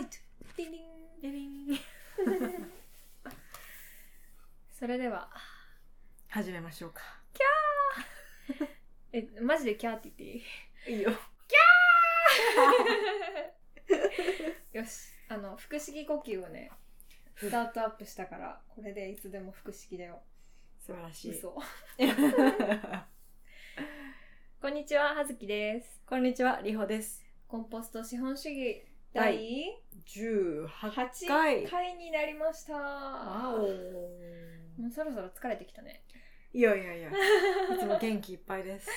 イトディンディンビビンそれでは始めましょうかえマジでキャーって言っていいいいよよしあの腹式呼吸をねスタートアップしたからこれでいつでも腹式だよ素晴らしい 嘘こんにちははずきですこんにちはりほですコンポスト資本主義第18 8回回になりましたわおもうそろそろ疲れてきたねいやい やいやいつも元気いっぱいです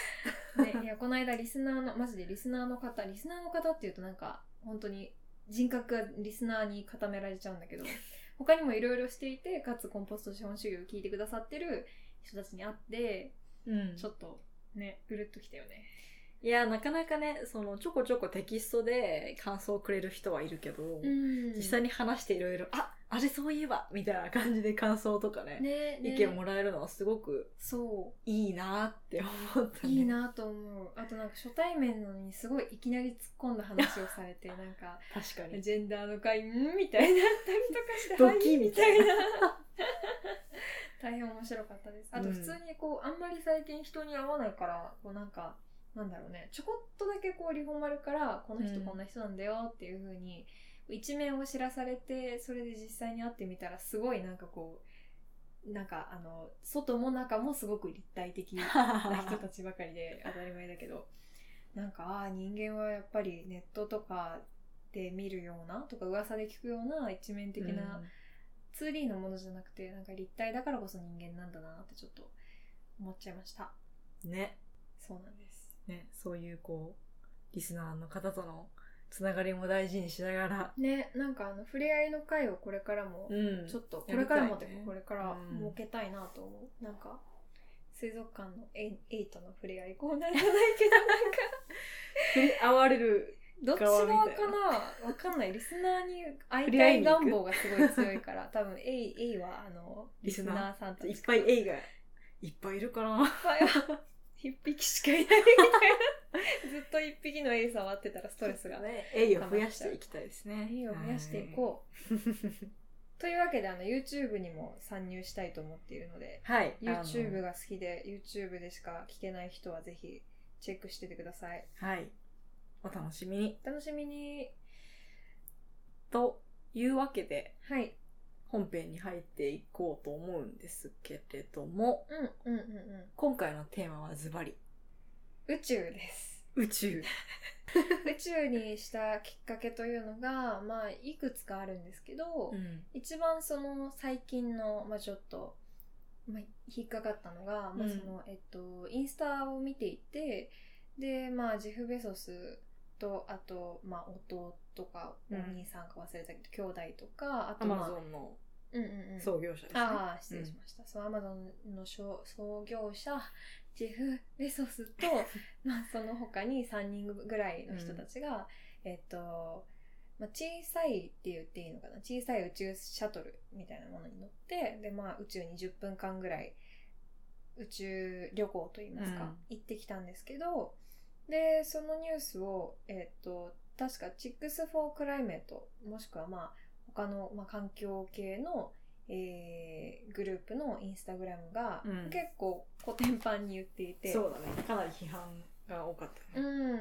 ね、いやこの間リスナーのマジでリスナーの方リスナーの方っていうとなんか本当に人格がリスナーに固められちゃうんだけど他にもいろいろしていてかつコンポスト資本主義を聞いてくださってる人たちに会ってうんちょっとねうるっときたよねいやなかなかねそのちょこちょこテキストで感想をくれる人はいるけど、ん実際に話していろいろああれそういえばみたいな感じで感想とかねねね意見もらえるのはすごくそいいなって思ったうねいいなと思うあとなんか初対面なのにすごいいきなり突っ込んだ話をされてなんか確かにジェンダーの会んみたいになったりとかしてドキみたいなはい大変面白かったですあとうん普通にこう、あんまり最近人に会わないからこうなんかなんだろうねちょこっとだけこうリフォーマルからこの人うんこんな人なんだよっていう風に一面を知らされてそれで実際に会ってみたらすごいなんかこうなんかあの外も中もすごく立体的な人たちばかりで当たり前だけどなんかああ人間はやっぱりネットとかで見るようなとか噂で聞くような一面的な 2D のものじゃなくてなんか立体だからこそ人間なんだなってちょっと思っちゃいましたうんねそうなんですねそういうこうリスナーの方とのつながりも大事にしながらねなんかあの触れ合いの会をこれからもうんちょっとこやれりからたいねもっていうかこれからうん設けたいなと思うなんか水族館のエイエイとの触れ合いコーナーじゃないけどなんか振り合われるどっち側かなわかんない。リスナーに会いたい願望がすごい強いから、多分、エイ、エイは、あの、リスナーさんたち。いっぱいエイがいっぱいいるかないっぱいは一匹しかいないみたいな。ずっと一匹のエイ触ってたらストレスが。ねエイを増やしていきたいですねエイを増やしていこう。 というわけで、あの、YouTube にも参入したいと思っているので、はい YouTube がが好きで、YouTube でしか聞けない人はぜひチェックしててください。はいお楽しみにお楽しみに。というわけではい。本編に入っていこうと思うんですけれどもうん、うん、うん、う今回のテーマはズバリん。宇宙です。宇宙宇宙にしたきっかけというのが、まあ、いくつかあるんですけど、ん一番その最近の、まあ、ちょっと、まあ、引っかかったのが、まあうんそのえっと、インスタを見ていてで、まあ、ジェフ・ベソスとあと、まあ、弟かおうん兄さんか忘れたけど、兄弟とかあアと、まマあゾンのうんうんうん、創業者ですねああ失礼しました、そのアマゾンの創創業者ジェフ・ベソス とまあその他に3人ぐらいの人たちが、えっと、まあ、小さいって言っていいのかな小さい宇宙シャトルみたいなものに乗ってで、まあ、宇宙に10分間ぐらい宇宙旅行といいますか、うん行ってきたんですけどでそのニュースを、えっと確かチックス・フォー・クライメートもしくはまあ他の、まあ、環境系の、えーグループのインスタグラムが、うん結構コテンパンに言っていてそうだねかなり批判が多かったうねん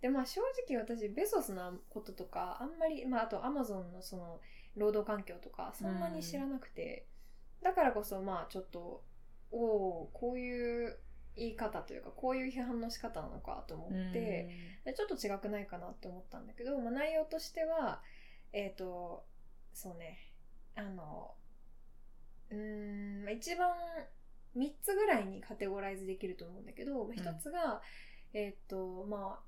でまあ正直私ベソスのこととかあんまり、まあ、あとアマゾンのその労働環境とかそんなに知らなくて、だからこそまあちょっとおおーこういう言い方というかこういう批判の仕方なのかと思って。でちょっと違くないかなって思ったんだけど、まあ、内容としてはえっ、とそうねあのうーんまあ一番3つぐらいにカテゴライズできると思うんだけど、まあ、1つが、えっ、とまあ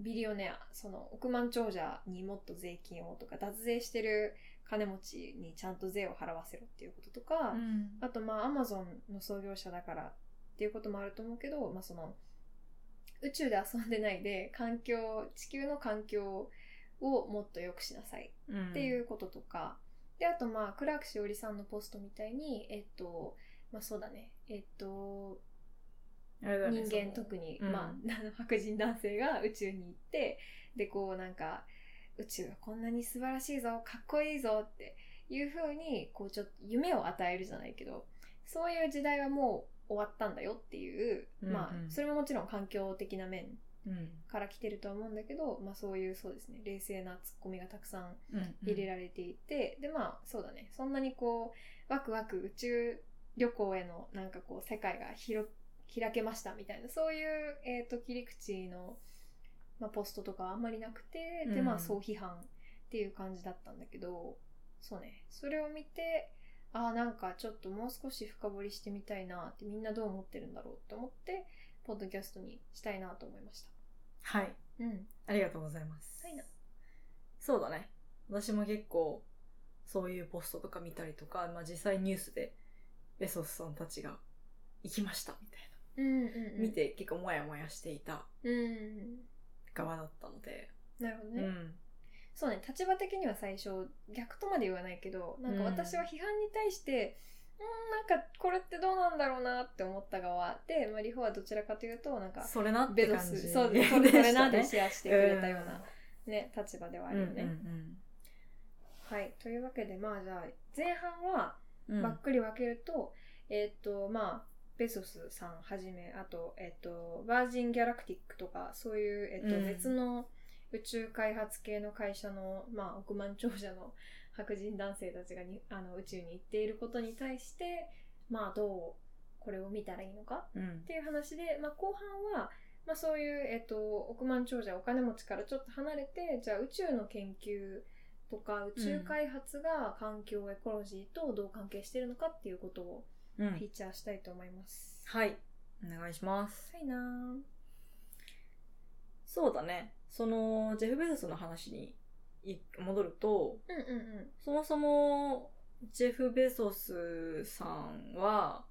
ビリオネアその億万長者にもっと税金をとか脱税してる金持ちにちゃんと税を払わせろっていうこととか、うんあとまあアマゾンの創業者だからっていうこともあると思うけど、まあ、その宇宙で遊んでないで環境地球の環境をもっと良くしなさいうんっていうこととか、であとまあクラークしおりさんのポストみたいにえっとまあそうだねえっとあれだね人間その 特に、うんまあ、あの白人男性が宇宙に行ってでこうなんか宇宙がこんなに素晴らしいぞかっこいいぞっていう風にこうちょっと夢を与えるじゃないけどそういう時代はもう終わったんだよっていう、うんうんまあそれももちろん環境的な面うんから来てるとは思うんだけど、まあ、そういうそうですね冷静なツッコミがたくさんうん入れられていて、でまあそうだねそんなにこうワクワク宇宙旅行へのなんかこう世界が広開けましたみたいなそういう、えー、と切り口の、まあ、ポストとかはあんまりなくて、でまうあん総批判っていう感じだったんだけどそうねそれを見てああなんかちょっともう少し深掘りしてみたいなってみんなどう思ってるんだろうって思ってポッドキャストにしたいなと思いました。はいうん、ありがとうございますはいなそうだね私も結構そういうポストとか見たりとか、まあ、実際ニュースでベソスさんたちが行きましたみたいうんうんな、うん、見て結構モヤモヤしていたうんうん側だったので、なるほどうね、ん、そうね立場的には最初逆とまで言わないけどなんか私は批判に対して、うん、なんかこれってどうなんだろうなって思った側で、まあ、リホはどちらかというとなんかそれなっベてゾ感じス そうですそれそれなでしシェアしててくれたような、ね立場ではあうんるうよんね。はいというわけでまあじゃあ前半はうんうんばっくり分けると、えーっとまあベゾスさんはじめあと,、えーっとバージン・ギャラクティックとかそういう、えーっとうん別の宇億開発系の会社の、まあ、億万長者の白人男性たちがにあの宇宙に行っていることに対して、まあ、どうこれを見たらいいのかうんっていう話で、まあ、後半は、まあ、そういう、えっと、億万長者お金持ちからちょっと離れてじゃあ宇宙の研究とか宇宙開発が環境エコロジーとどう関係してるのかっていうことをうんフィーチャーしたいと思います。はいお願いしますはいなーそうだねそのジェフ・ベゾスの話にい戻るとうんうんうんそもそもジェフ・ベゾスさんは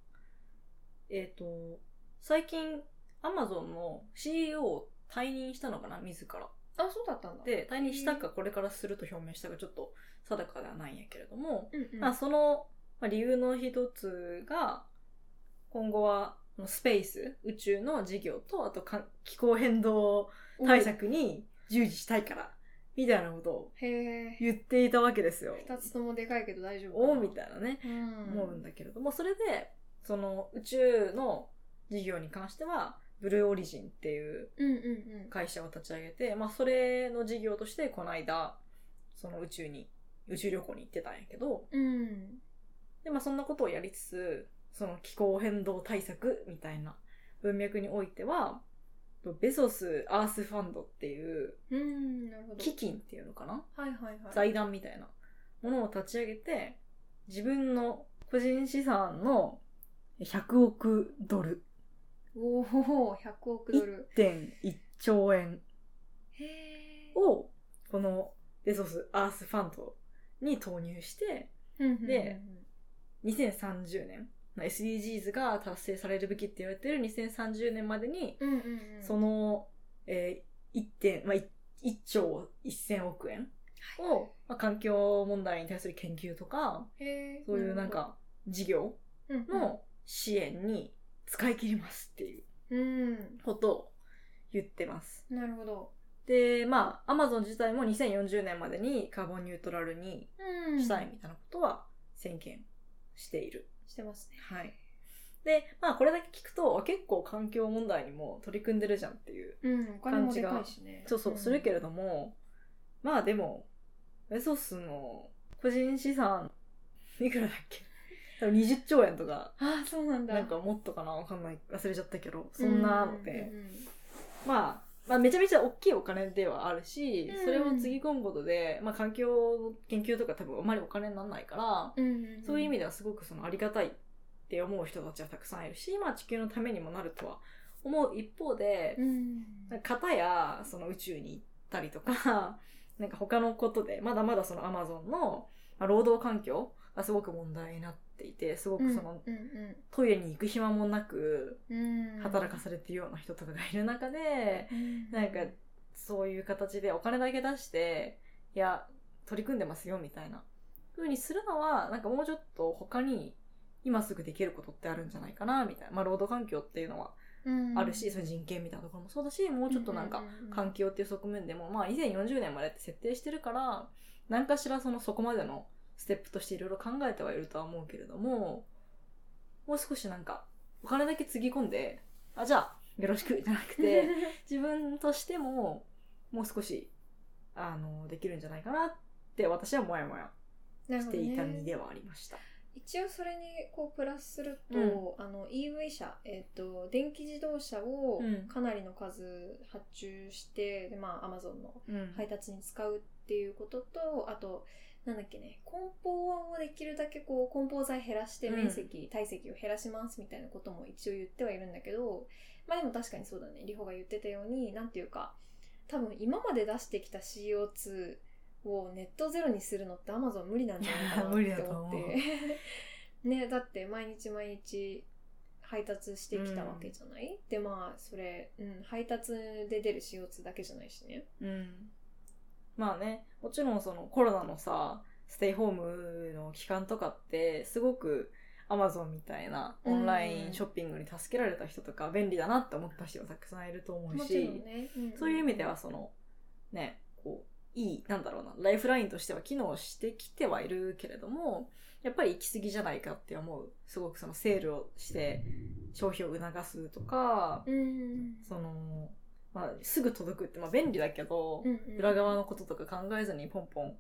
えっ、と最近アマゾンの CEO を退任したのかな自らあそうだったんだ。で退任したかこれからすると表明したかちょっと定かではないんやけれども、うんうん、まあ、そのまあ理由の一つが今後はこのスペース宇宙の事業とあとか気候変動対策に従事したいからみたいなことをお。へえ。言っていたわけですよ。二つともでかいけど大丈夫おーみいたいなねな。うん、思うんだけれどもそれでその宇宙の事業に関してはブルーオリジンっていううんうんうん。会社を立ち上げて、まあ、それの事業としてこの間その宇宙に宇宙旅行に行ってたんやけど、うん。で、まあそんなことをやりつつ、その気候変動対策みたいな文脈においては、ベゾス・アースファンドっていううん。なるほど。基金っていうのかなはいはいはい。財団みたいなものを立ち上げて、自分の個人資産の100億ドル、お お、100億ドル。 1.1兆円へえ。を、このベゾス・アースファンドに投入して、うんうんうんうんで2030年、まあ SDGs が達成されるべきって言われてる2030年までに、うんうんうん、その、えー、1点、まあ、1, 兆1000億円はいを、まあ、環境問題に対する研究とか、へーそういうなんか事業なるほどの支援に使い切りますっていううんうん、ことを言ってます。うん、なるほど、で、まあ、アマゾン自体も2040年までにカーボンニュートラルにうん、したいみたいなことは宣言している。してますねはい。で、まあこれだけ聞くと、あ結構環境問題にも取り組んでるじゃんっていう。うんお金もでかいしねそうそう、んするけれども、まあでも、ベソスの個人資産、いくらだっけ多分20兆円とか、ああそうなんだなんかもっとかなわかんない。忘れちゃったけど、そんなのでう。んうんうんまあ、まあめちゃめちゃ大きいお金ではあるしうん、それをつぎ込むことで、まあ環境の研究とか多分あまりお金にならないから、うんうんん、そういう意味でではすごくそのありがたいって思う人たちはたくさんいるし、まあ地球のためにもなるとは思う一方でう、んなんか片やその宇宙に行ったりとか、 なんか他のことで、まだまだそのアマゾンのまあ労働環境がすごく問題になっていて、すごくそのうんうんトイレに行く暇もなくうん、うん働かされてるような人とかがいる中で、うんなんかそういう形でお金だけ出して、いや、取り組んでますよみたいな風にするのは、なんかもうちょっと他に今すぐできることってあるんじゃないかな、みたいな。まあ、労働環境っていうのはうんあるし、その人権みたいなところもそうだしもうちょっとなんか環境っていう側面でも、まあ、以前40年までって設定してるから何かしらそのそこまでのステップとしていろいろ考えてはいるとは思うけれどももう少しなんかお金だけつぎ込んであじゃあよろしくじゃなく て自分としてももう少しあのできるんじゃないかなって私はモヤモヤしていた身ではありました。一応それにこうプラスすると、あの EV 車、えー、と電気自動車をうんかなりの数発注して、でまあ、Amazon のうん配達に使うっていうこととあとなんだっけね梱包をできるだけこう梱包材減らしてうん面積、体積を減らしますみたいなことも一応言ってはいるんだけどまあでも確かにそうだねリホが言ってたようになんていうか多分今まで出してきた CO2 をネットゼロにするのって Amazon 無理なんじゃないかなっ いや無理てだと思っ思うて ねだって毎日毎日配達してきたわけじゃない、でまあそれ、うん、配達で出る CO2 だけじゃないしねうん、まあねもちろんそのコロナのさステイホームの期間とかってすごくアマゾンみたいなオンラインショッピングに助けられた人とか便利だなって思った人がたくさんいると思うもし、ちろんね、んそういう意味ではそのねこういいなんだろうなライフラインとしては機能してきてはいるけれどもやっぱり行き過ぎじゃないかって思うすごくそのセールをして消費を促すとか、うんその、まあ、すぐ届くって、まあ、便利だけど、うんうん裏側のこととか考えずにポンポン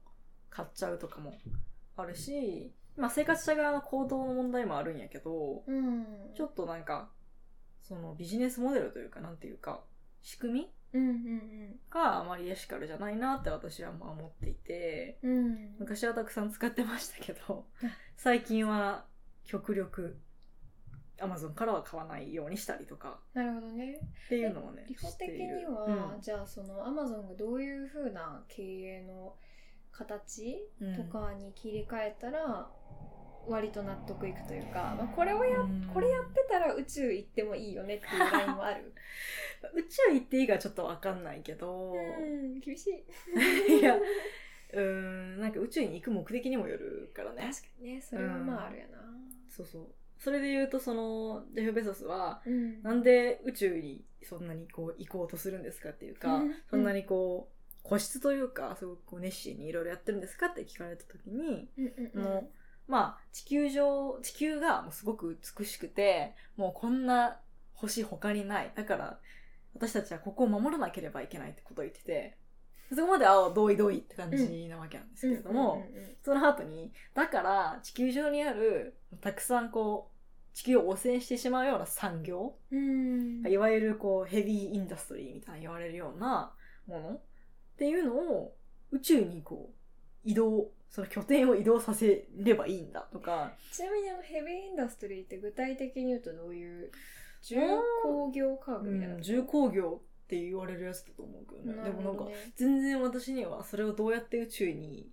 買っちゃうとかもあるし、まあ生活者側の行動の問題もあるんやけど、うんちょっとなんか、そのビジネスモデルというか、なんていうか、仕組みうんうんがあまりエシカルじゃないなって私はまあ思っていて、うんうん昔はたくさん使ってましたけど、最近は極力、Amazon からは買わないようにしたりとかなるほどねっていうのをね、理法して的いにるは、じゃあそのアマゾンがどういうふうな経営の形うんとかに切り替えたら割と納得いくというか、まあ、これをやうんこれやってたら宇宙行ってもいいよねっていうラインもあ る宇宙行っていいかちょっとわかんないけど、うん厳しい いやうーんなんか宇宙に行く目的にもよるからね確かにねそれはまああるやなそうそうそれで言うとそのジェフ・ベゾスはうんなんで宇宙にそんなにこう行こうとするんですかっていうか、うんそんなにこう個室というかすごくこう熱心にいろいろやってるんですかって聞かれた時にうんうんうんのまあ地球上地球がもうすごく美しくてもうこんな星他にないだから私たちはここを守らなければいけないってことを言っててそこまでああ同意同意って感じなわけなんですけれども、うんうんうんその後に、だから地球上にある、たくさんこう、地球を汚染してしまうような産業、うんいわゆるこう、ヘビーインダストリーみたいな言われるようなものっていうのを宇宙にこう、移動、その拠点を移動させればいいんだとか、ちなみにあのヘビーインダストリーって具体的に言うとどういう重工業科学みたいな、重工業って言われるやつだと思うけどね。なでるもほなどんか、ね全然私にはそれをどうやって宇宙に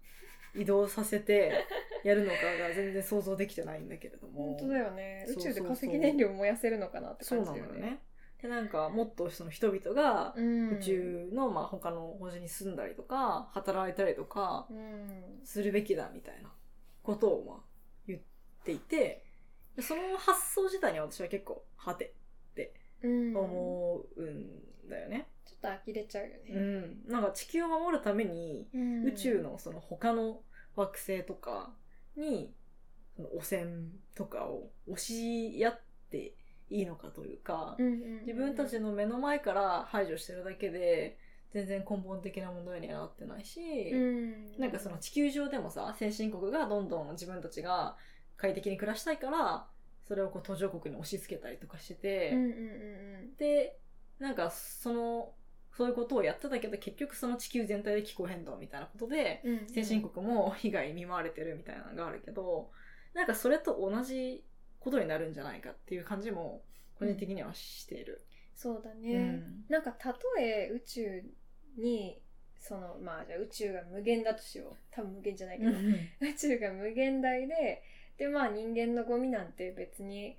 移動させてやるのかが全然想像できてないんだけれども。本当だよねそう宇そうそう宙で化石燃料燃やせるのかなってそう感なじのだよよねね。でなんかもっとその人々がうん宇宙の、まあ、他の星に住んだりとか働いたりとかうんするべきだみたいなことをまあ言っていてでその発想自体に私は結構はてうん、思うんだよね。ちょっと呆れちゃうようね、ん、なんか地球を守るためにうん宇宙のその他の惑星とかにその汚染とかを押しやっていいのかというか、うんうんうん自分たちの目の前から排除してるだけで全然根本的な問題にはなってないし、うんなんかその地球上でもさ先進国がどんどん自分たちが快適に暮らしたいからそれをこう途上国に押し付けたりとかしてて、うんうんうんでなんかそのそういうことをやってたけど結局その地球全体で気候変動みたいなことでうんうん先進国も被害に見舞われてるみたいなのがあるけどなんかそれと同じことになるんじゃないかっていう感じも個人的にはしている。そうだうね、んなんかたとえ宇宙にそのまあじゃあ宇宙が無限だとしよう多分無限じゃないけど、宇宙が無限大ででまあ人間のゴミなんて別に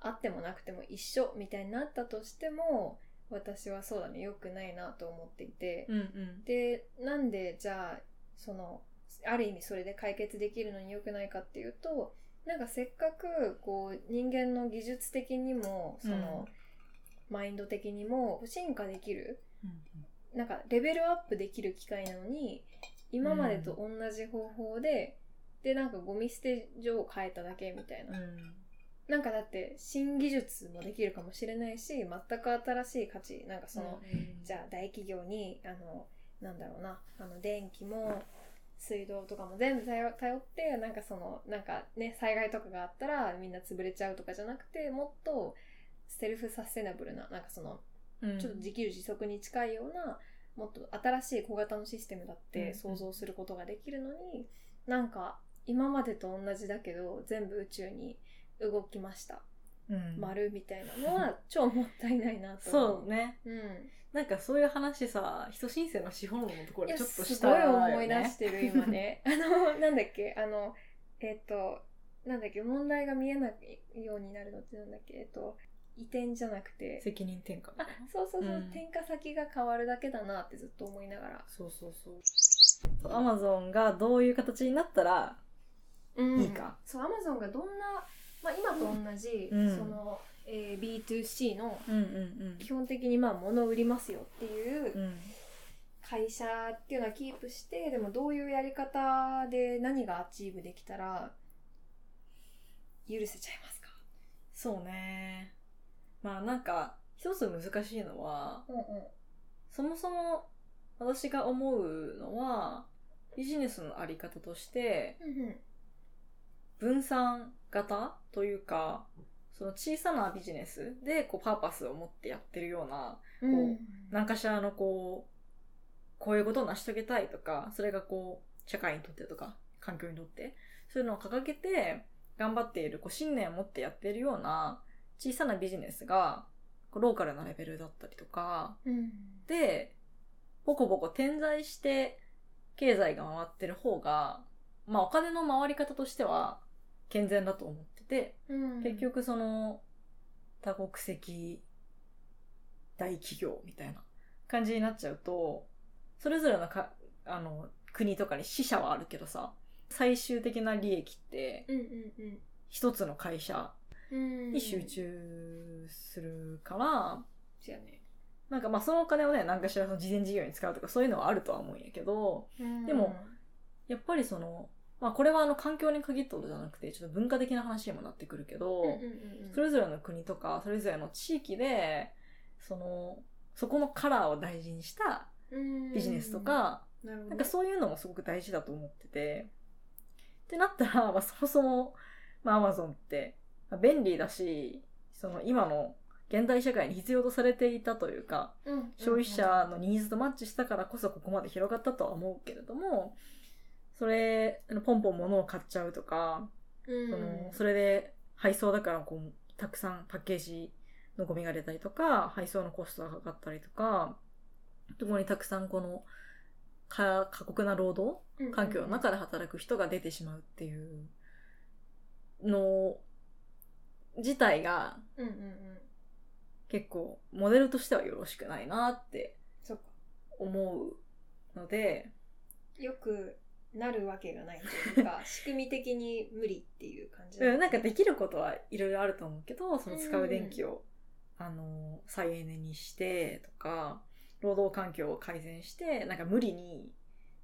あってもなくても一緒みたいになったとしても私はそうだね良くないなと思っていて、うんうんでなんでじゃあそのある意味それで解決できるのに良くないかっていうとなんかせっかくこう人間の技術的にもその、マインド的にも進化できるなんかレベルアップできる機会なのに今までと同じ方法で、でなんかゴミ捨て場を変えただけみたいな、なんかだって新技術もできるかもしれないし全く新しい価値なんかその、じゃあ大企業にあのなんだろうなあの電気も水道とかも全部頼頼ってなんかそのなんかね災害とかがあったらみんな潰れちゃうとかじゃなくてもっとセルフサステナブルななんかそのうんちょっと自給自足に近いようなもっと新しい小型のシステムだって想像することができるのに、なんか今までと同じだけど全部宇宙に動きました、うん丸みたいなのは 超もったいないなと思う。そうねうん、なんかそういう話さ人申請の資本論のところいやでちょっとしすたごいよね思い出してる今 ねあのなんだっけあのえっ、となんだっけ問題が見えないようになるのってなんだっけえっ、と移転じゃなくて責任転嫁あそうそうそう、うん転嫁先が変わるだけだなってずっと思いながらそうそうそうアマゾンがどういう形になったらうんいいかそうアマゾンがどんな、まあ、今と同じ、うんその、えー B2C のうんうん基本的にまあ物を売りますよっていううん会社っていうのはキープしてでもどういうやり方で何がアチーブできたら許せちゃいますか、そうねまあなんか一つ難しいのはうんうんそもそも私が思うのはビジネスのあり方として分散型というかその小さなビジネスでこうパーパスを持ってやってるようなうんうん何かしらのこうこういうことを成し遂げたいとかそれがこう社会にとってとか環境にとってそういうのを掲げて頑張っているこう信念を持ってやってるような小さなビジネスがこうローカルなレベルだったりとかうんでボコボコ点在して経済が回ってる方が、まあ、お金の回り方としては健全だと思っててうん結局その多国籍大企業みたいな感じになっちゃうとそれぞれのかあの国とかに支社はあるけどさ最終的な利益ってうんうん一つの会社うんに集中するからそうやねなんかまあそのお金をね何かしらその事前事業に使うとかそういうのはあるとは思うんやけどでもやっぱりその、まあ、これはあの環境に限ったことじゃなくてちょっと文化的な話にもなってくるけど。うんうんうんうんそれぞれの国とかそれぞれの地域でそのそこのカラーを大事にしたうんビジネスとか、なるほどねなんかそういうのもすごく大事だと思っててってなったら、まあ、そもそも、まあ、Amazon って、まあ便利だしその今の現代社会に必要とされていたというかうんうんうん消費者のニーズとマッチしたからこそここまで広がったとは思うけれどもそれあのポンポン物を買っちゃうとかうんそのそれで配送だからこうたくさんパッケージのゴミが出たりとか配送のコストがかかったりとかそこにたくさんこのか過酷な労働環境の中で働く人が出てしまうっていうの自体がうんうんうん結構モデルとしてはよろしくないなってそっか思うのでよくなるわけがないという か仕組み的に無理っていう感じうん、なんかできることはいろいろあると思うけどその使う電気を、あの再エネにしてとか労働環境を改善してなんか無理に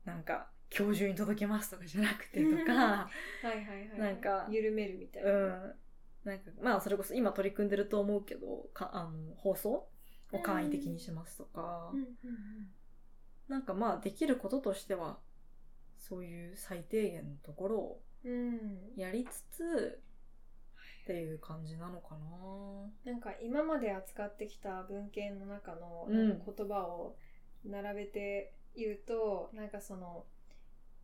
なんか今日中に届けますとかじゃなくてとか、はいはいはいなんか緩めるみたいうな、ん、なんかまあそれこそ今取り組んでると思うけどかあの放送を簡易的にしますとか、うんうんなんかまあできることとしてはそういう最低限のところをうんうんやりつつっていう感じなのかな。なんか今まで扱ってきた文献の中のうんなんか言葉を並べて言うと、なんかその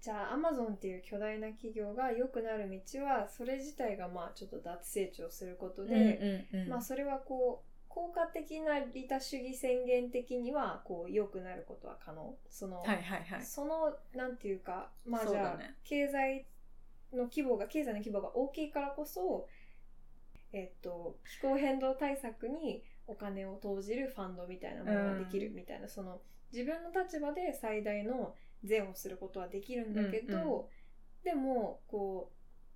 じゃあアマゾンっていう巨大な企業が良くなる道はそれ自体がまあちょっと脱成長することで、うんうんうんまあそれはこう効果的な利他主義宣言的にはこう良くなることは可能その、はいはいはい。そのなんていうかまあそうじだゃあ、ね経済の規模が経済の規模が大きいからこそえっと気候変動対策にお金を投じるファンドみたいなものができるみたいな、その自分の立場で最大の善をすることはできるんだけど、うんうでもこ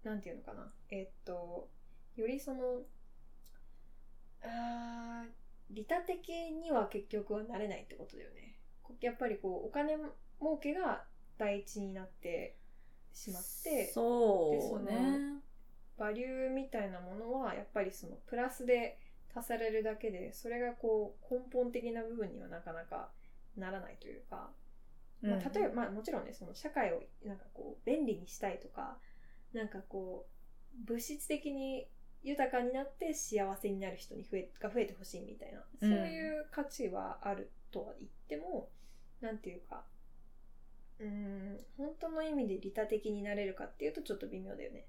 うなんていうのかなえっとよりそのあー利他的には結局はなれないってことだよねこやっぱりこうお金儲けが第一になってしまってでそそうのね。バリューみたいなものはやっぱりそのプラスで足されるだけでそれがこう根本的な部分にはなかなかならないというか、まあ、例えば、まあ、もちろんねその社会をなんかこう便利にしたいとかなんかこう物質的に豊かになって幸せになる人に増えが増えてほしいみたいなそういう価値はあるとは言っても、なんていうかうーん本当の意味で利他的になれるかっていうとちょっと微妙だよね。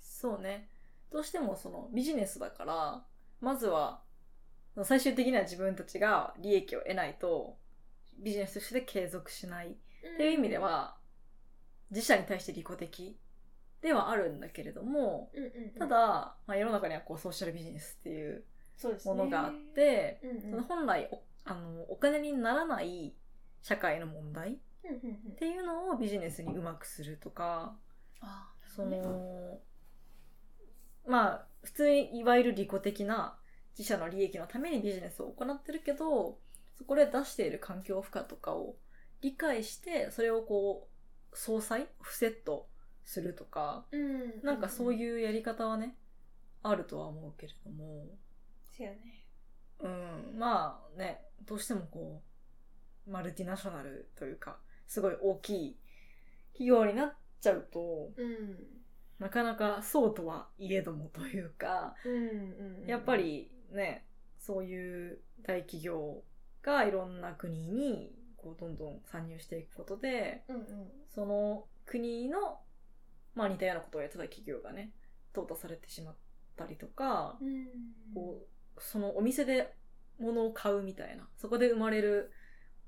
そうね。どうしてもそのビジネスだから、まずは、最終的には自分たちが利益を得ないと、ビジネスとして継続しないっていう意味では、自社に対して利己的ではあるんだけれども、うんうんうんただ、まあ、世の中にはこうソーシャルビジネスっていうそうですねものがあっ、て、うんうん、その本来おあのお金にならない社会の問題っうんうんうんていうのをビジネスにうまくするとか、あその、まあ、普通にいわゆる利己的な自社の利益のためにビジネスを行ってるけど、そこで出している環境負荷とかを理解して、それをこう、相殺フセットするとか、うん、なんかそうういうやり方はね、あるとは思うけれども、そうやねうん、まあね、どうしてもこう、マルティナショナルというか、すごい大きい企業になっちゃうと、うんなかなかそうとはいえどもというか、うんうんやっぱりね、そういう大企業がいろんな国にこうどんどん参入していくことで、うんうんその国の、まあ似たようなことをやってた企業がね、淘汰されてしまったりとか、うんこう、そのお店で物を買うみたいな、そこで生まれる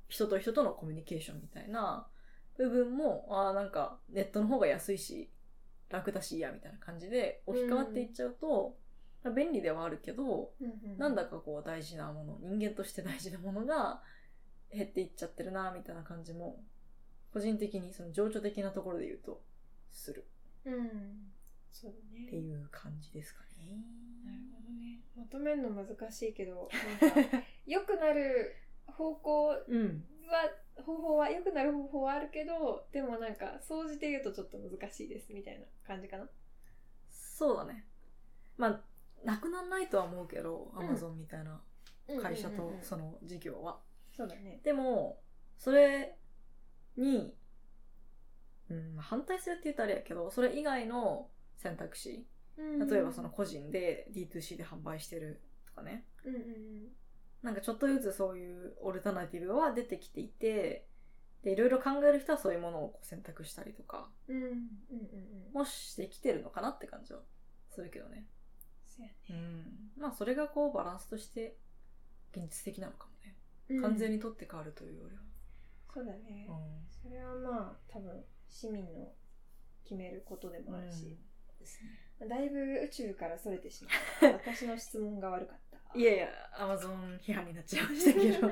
人と人とのコミュニケーションみたいな部分も、ああ、なんかネットの方が安いし、楽だし、いいや、みたいな感じで置き換わっていっちゃうと、まあ便利ではあるけど、うんうん、なんだかこう大事なもの、人間として大事なものが減っていっちゃってるな、みたいな感じも、個人的にその情緒的なところで言うと、するうんそうだねっていう感じですかね。なるほどねまとめるの難しいけ どなんか良くなる方向はうん。方法は良くなる方法はあるけどでもなんか総じて言うとちょっと難しいですみたいな感じかなそうだね。まあ、なくならないとは思うけど、アんマゾンみたいな会社うんうんとうんうんその事業は。そうだねでも、それに、うん、反対するって言ったらあれやけど、それ以外の選択肢、例えばその個人で D2C で販売してるとかね、うんうんうんなんかちょっとずつそういうオルタナティブは出てきていて、で、いろいろ考える人はそういうものをこう選択したりとか、うんうんうんうんもしてきてるのかなって感じはするけどね。そうやねうん、まあそれがこうバランスとして現実的なのかもね、うん完全に取って変わるというよりは、そうだね、うんそれはまあ多分市民の決めることでもあるし、だいぶ宇宙からそれてしまった私の質問が悪かったいやいやアマゾン批判になっちゃいましたけ ど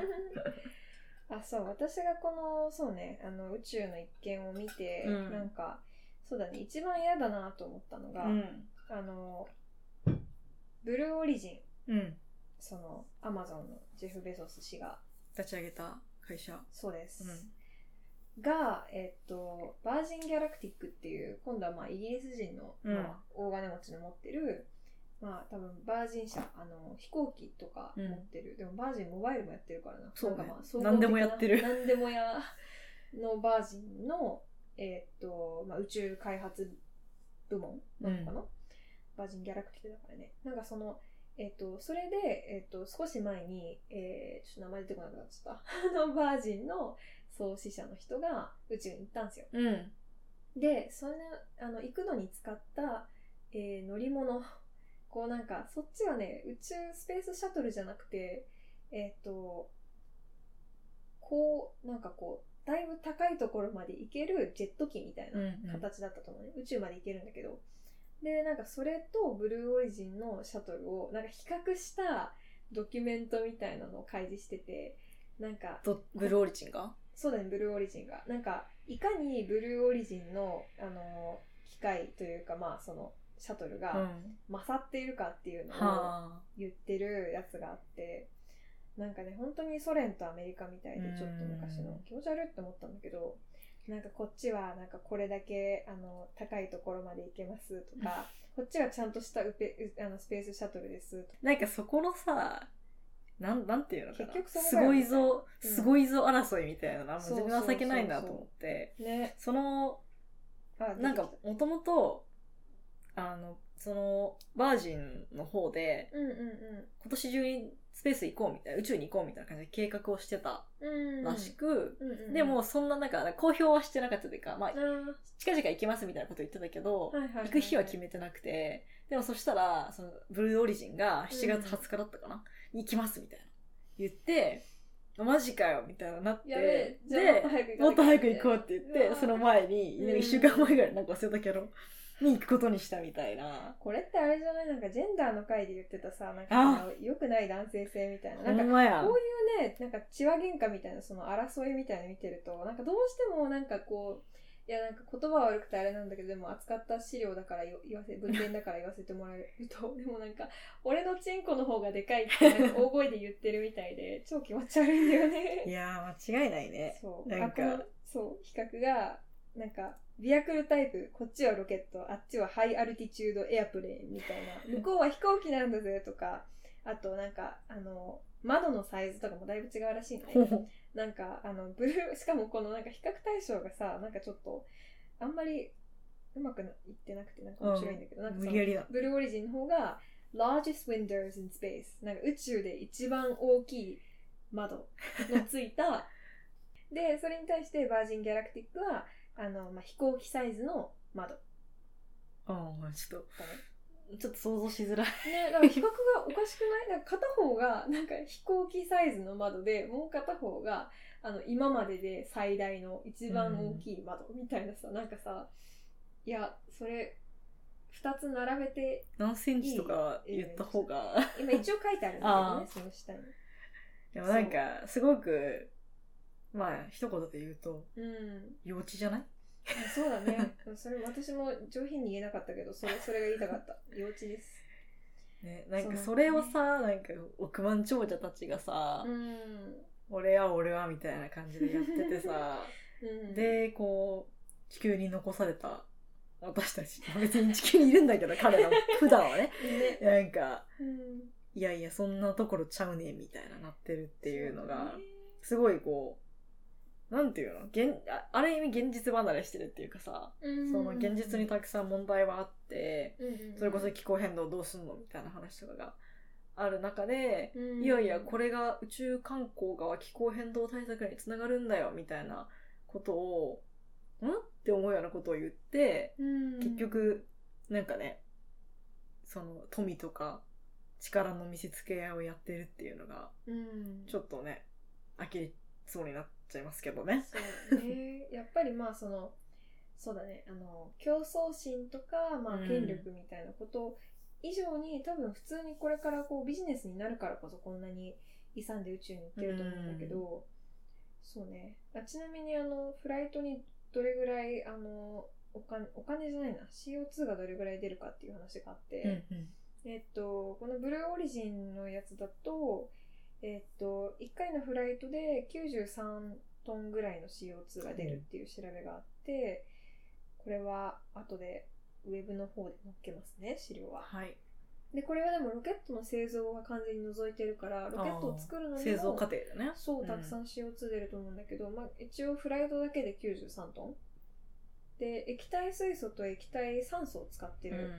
あそう私がこのそうねあの宇宙の一見を見て、うんなんかそうだね一番嫌だなと思ったのが、うんあのブルーオリジンうんそのアマゾンのジェフ・ベゾス氏が立ち上げた会社そうです、うが、えっと、バージン・ギャラクティックっていう今度はまあイギリス人の、うんまあ、大金持ちの持ってる、まあ、多分バージン社あの飛行機とか持ってる、でもバージンモバイルもやってるからなそうねなんかまあ総合的な何でもやってる何でもやのバージンの、えっとまあ、宇宙開発部門なのかな、バージン・ギャラクティックだからねなんかそのえっと、それで、えっと、少し前に、えー、ちょっと名前出てこなくなっちゃった。 あの、バージンの創始者の人が宇宙に行ったんですよ。ん、で、その、あの、行くのに使った、えー乗り物。こうなんか、そっちはね、宇宙スペースシャトルじゃなくて、えっ、と、こう、なんかこう、だいぶ高いところまで行けるジェット機みたいなうんうん形だったと思うね。宇宙まで行けるんだけど。で、なんかそれとブルーオリジンのシャトルを、なんか比較したドキュメントみたいなのを開示してて、なんか、とブルーオリチンがそうだね、ブルーオリジンが。なんか、いかにブルーオリジンの、あのー機械というか、まあ、その、シャトルうがん勝っているかっていうのをはあ言ってるやつがあって、なんかね本当にソ連とアメリカみたいでちょっと昔うのん気持ち悪いって思ったんだけどなんかこっちはなんかこれだけあの高いところまで行けますと かこっちはちゃんとしたウペうあのスペースシャトルですとかなんかそこのさ、なん、なんていうのかな。結局そこすだよごねいぞ、うんすごいぞ争いみたいなの、あんまそう自そう分は避けないなと思って。ねその、あなん出かてき、もともと、あの、その、バージンの方で、たうんうん今年中にスペース行こうみたいな、宇宙に行こうみたいな感じで計画をしてたうんうんらしく、うんうんうんでも、そんななんか、公表はしてなかったというか、まああ、ー近々行きますみたいなこと言ってたけど、はいはいはい行く日は決めてなくて、でもそしたら、その、ブルーオリジンが7月20日だったかな、に行きますみたいな。言って、マジかよみたいななって、やべえじゃあもっとで、早く行かもなきっゃと早く行こうって言うっわて、その前に、うん1週間前ぐらいなんか忘れたけど、に行くことにしたみたいな。これってあれじゃないなんかジェンダーの回で言ってたさなんかああの良くない男性性みたいなほなんかんまやこ。ういうね、なんか血は喧嘩みたいな、その争いみたいなの見てると、なんかどうしてもなんかこう、いやなんか言葉は悪くてあれなんだけど、でも扱った資料だからよ言わせ、文献だから言わせてもらえると、 でもなんか、俺のチンコの方がでかいってなんか大声で言ってるみたいで、超気持ち悪いんだよいね。やー、間違いないね。そう。なんかあこのそう、比較が、なんか、ビアクルタイプ、こっちはロケット、あっちはハイアルティチュードエアプレーンみたい な、向こうは飛行機なんだぜとか、あとなんか、あの、窓のサイズとかもだいぶ違うらしいのね。なんか、あの、ブルー、しかもこのなんか比較対象がさ、なんかちょっと、あんまりうまくいってなくて、なんか面白いんだけど、なんかそ無の理やりな。ブルーオリジンの方が、largest windows in space。なんか宇宙で一番大きい窓のつい た。で、それに対してバージン・ギャラクティックは、あの、まあ、飛行機サイズの窓うん、ちょっだね。と、ちょっと想像しづらい。ね、だから比較がおかしくないなんか片方がなんか飛行機サイズの窓でもう片方があの今までで最大の一番大きい窓みたいなさ、なんかさいやそれ2つ並べて何センチとか言った方が。今一応書いてあるんだけどねその下に。でもなんか、すごく、まあ、一言で言うと、うん、幼稚じゃないそうだねでもそれ私も上品に言えなかったけどそれそれが言いたかった幼稚です。ね、なんかそそうなれんだをねさ、なんか億万長者たちがさ、うん俺は俺はみたいな感じでやっててさ、うん、で、こう、地球に残された私たち、まあ別に地球にいるんだけど、彼らも、普段はね、ね、なんか、うん、っいやいや、そんなところちゃうねんみたいななってるっていうのが、ね、すごいこう、なんていうの現あある意味現実離れしてるっていうかさ、うんその現実にたくさん問題はあって、うんうんうんそれこそ気候変動どうすんのみたいな話とかがある中で、いいやいや、これが宇宙観光が気候変動対策につながるんだよ、みたいなことを、んって思うようなことを言って、結結、局、なんかね、その富とか力の見せつけ合いをやってるっていうのが、うん、ちょっとね、呆れそうになっちゃいますけどね。そうねやっぱりまあそのそうだねあの競争心とか、まあう、ん権力みたいなこと以上に、多分普通にこれからこうビジネスになるからこそこんなに勇んで宇宙に行ってると思うんだけど、そうねあちなみにあのフライトにどれぐらいあのお金お金じゃないな CO2 がどれぐらい出るかっていう話があって、えっと、このブルーオリジンのやつだと、えっと、1回のフライトで93トンぐらいの CO2 が出るっていう調べがあって、これは後でウェブの方で載っけますね、資料は。はい。で、これはでもロケットの製造が完全に除いてるから、ロケットを作るのにも製造過程だね。そう、たくん。さん CO2 出ると思うんだけど、まあ一応フライトだけで93トン。で、液体水素と液体酸素を使ってうる。ん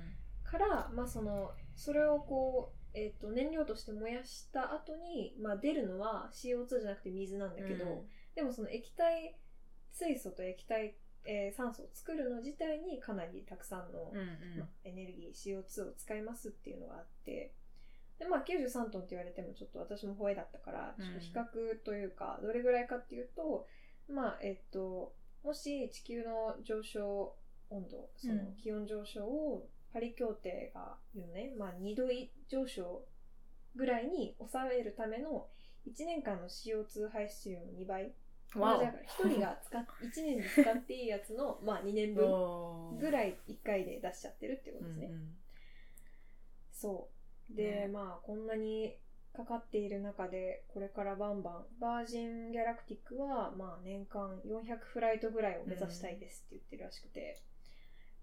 から、まあ、そのそれをこう、えっと燃料として燃やした後に、まあ、出るのは CO2 じゃなくて水なんだけど、うんでもその液体水素と液体、えー酸素を作るの自体にかなりたくさんの、うんまあエネルギー CO2 を使いますっていうのがあってで、まあ、93トンって言われてもちょっと私も吠えだったからうんちょっと比較というかどれぐらいかっていうと、まあえっともし地球の上昇温度そのうん気温上昇をパリ協定が言うね、まあ、2度以上昇ぐらいに抑えるための1年間の CO2 排出量の2倍うん。まあわだから1人が使っ1年で使っていいやつの、まあ、2年分お。ぐらい1回で出しちゃってるってことうでんすね。うんそう。で、ねまあ、こんなにかかっている中で、これからバンバン、バージン・ギャラクティックは、まあ、年間400フライトぐらいを目指したいですって言ってるらしくて、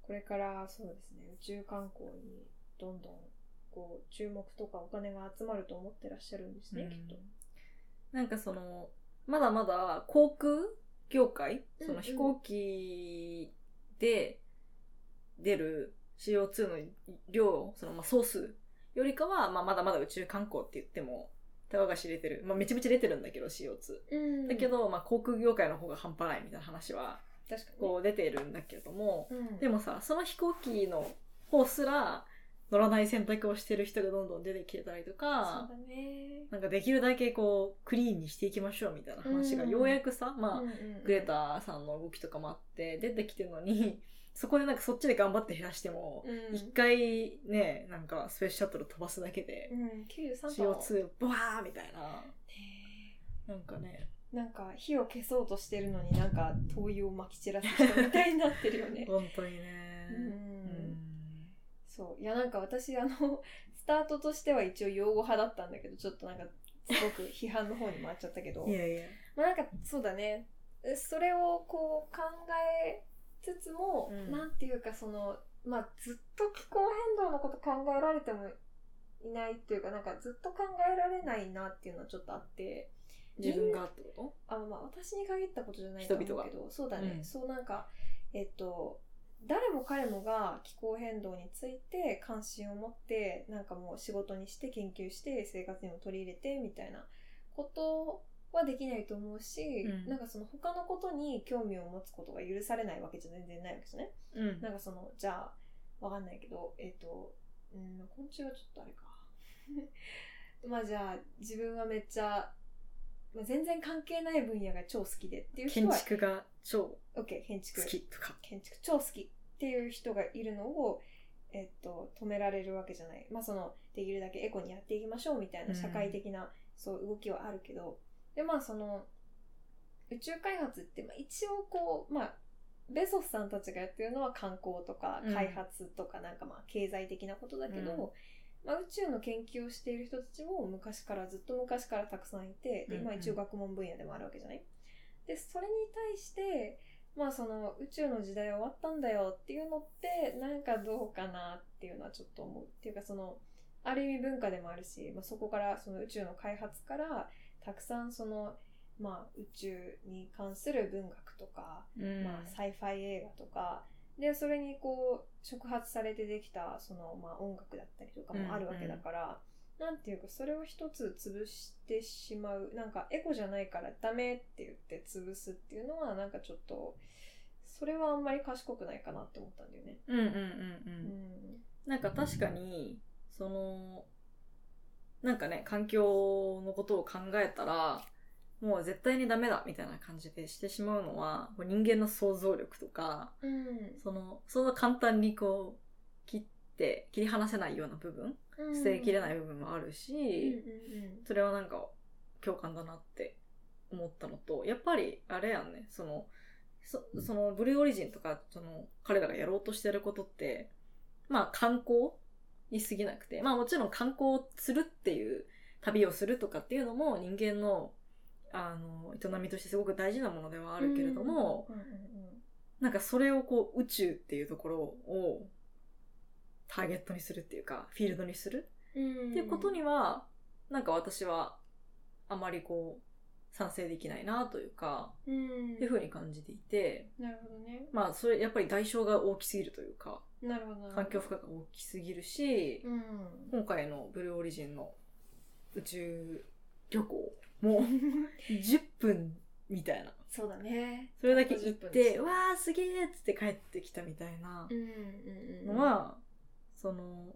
これからそうですね、宇宙観光にどんどん、こう、注目とかお金が集まると思ってらっしゃるんですね、きっと。なんかその、まだまだ航空業界、うんその飛行機で出る CO2 の量、そのまあ総数よりかは、まあまだまだ宇宙観光って言っても、たかが知れてる。まあめちゃめちゃ出てるんだけど CO2。うんだけ、ど、まあ航空業界の方が半端ないみたいな話は、確かに。こう出てるんだけれども、うん、でもさ、その飛行機の方すら乗らない選択をしてる人がどんどん出てきてたりとそかう、だね。なんかできるだけこうクリーンにしていきましょうみたいな話がうんようやくさ、まあ、うんうんうんグレ、タさんの動きとかもあって出てきてるのに そこでなんかそっちで頑張って減らしてもうん一、回ねなんかスペースシャトル飛ばすだけでうん、93番を CO2 ブワーみたいなねなんかねなんか火を消そうとしてるのになんか灯油をまき散らす人みたいになってるよ ね。本当にねう、うんんそういやなんか私あの スタートとしては一応擁護派だったんだけどちょっとなんかすごく批判の方に回っちゃったけどいやいやまあなんかそうだねそれをこう考えつつも、うんなんていうかそのまあずっと気候変動のこと考えられてもいないっていうかなんかずっと考えられないなっていうのはちょっとあって自分がってこあまあ私に限ったことじゃないと思うけ人どそうだね、うんそうなんかえっと誰も彼もが気候変動について関心を持ってなんかもう仕事にして研究して生活にも取り入れてみたいなことはできないと思うし、うんなんかその他のことに興味を持つことが許されないわけじゃ全然ないわけですね。とうんなんかそのじゃあわかんないけどえっ、とうん昆虫はちょっとあれか まあじゃあ自分はめっちゃ、まあ、全然関係ない分野が超好きでっていう人建は築が超 OK 建築好きとか建築超好きっていう人がいるのを、えっと、止められるわけじゃない、まあ、そのできるだけエコにやっていきましょうみたいな社会的な、そう動きはあるけどでまあその宇宙開発って、まあ、一応こうまあベソスさんたちがやってるのは観光とかうん開発とかなんかまあ経済的なことだけど、うんまあ、宇宙の研究をしている人たちも昔からずっと昔からたくさんいてでうん今一応学問分野でもあるわけじゃない、でそれに対してまあその宇宙の時代は終わったんだよっていうのってなんかどうかなっていうのはちょっと思うっていうかそのある意味文化でもあるし、まあ、そこからその宇宙の開発からたくさんその、まあ、宇宙に関する文学とか、うんまあ、サイファイ映画とかでそれにこう触発されてできたその、まあ、音楽だったりとかもあるわけだから、なんていうかそれを一つ潰してしまうなんかエコじゃないからダメって言って潰すっていうのはなんかちょっとそれはあんまり賢くないかなって思ったんだよね。うんうんうんううんんなんか確かに、その、なんかね、環境のことを考えたら、もう絶対にダメだみたいな感じでしてしまうのは、こう人間の想像力とか、うんその、そんな簡単にこう、切って、切り離せないような部分、捨てきれない部分もあうるんうんし、うんそれはなんか共感だなって思ったのと、やっぱりあれやんね、その、そそのブルーオリジンとか、その彼らがやろうとしてることって、まあ観光に過ぎなくて、まあもちろん観光するっていう、旅をするとかっていうのも人間の、あの、営みとしてすごく大事なものではあるけれども、うんうんうんなんかそれをこう宇宙っていうところをターゲットにするっていうか、フィールドにするうんっていうことには、なんか私はあまりこう賛成できないなというか、うんっていうふうに感じていてなるほどねまあそれやっぱり代償が大きすぎるというかなるほどなるほど環境負荷が大きすぎるし、 うん今回のブルーオリジンの宇宙旅行も10分みたいなそうだねそれだけ行っ10分でてすわーすげーっつって帰ってきたみたいなうんうんうんのは、その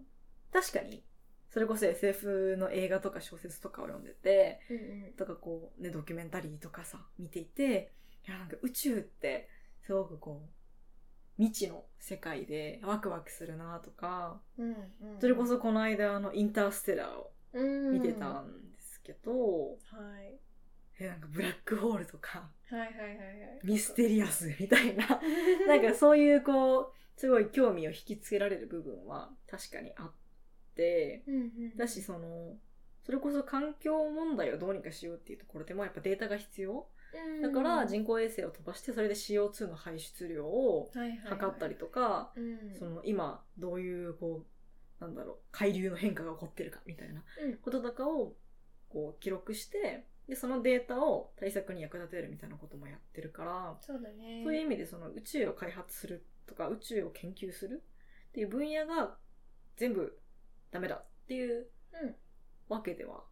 確かにそれこそ SF の映画とか小説とかを読んでて、うんうんとかこうねドキュメンタリーとかさ見ていていやなんか宇宙ってすごくこう未知の世界でワクワクするなとかうんうんそれこそこの間あのインターステラーをうん見てはたんですけいど、えなんかブラックホールとかはいはいはいはいミステリアスみたいななんかそういうこうすごい興味を引きつけられる部分は確かにあってうんうんだしそのそれこそ環境問題をどうにかしようっていうところでもやっぱデータが必要だから人工衛星を飛ばしてそれで CO2 の排出量を測ったりとか、うんその今どういうこうなんだろう海流の変化が起こってるかみたいなうんこととかをこう記録してでそのデータを対策に役立てるみたいなこともやってるから、そうだねそういう意味でその宇宙を開発するとか宇宙を研究するっていう分野が全部ダメだっていううんわけでは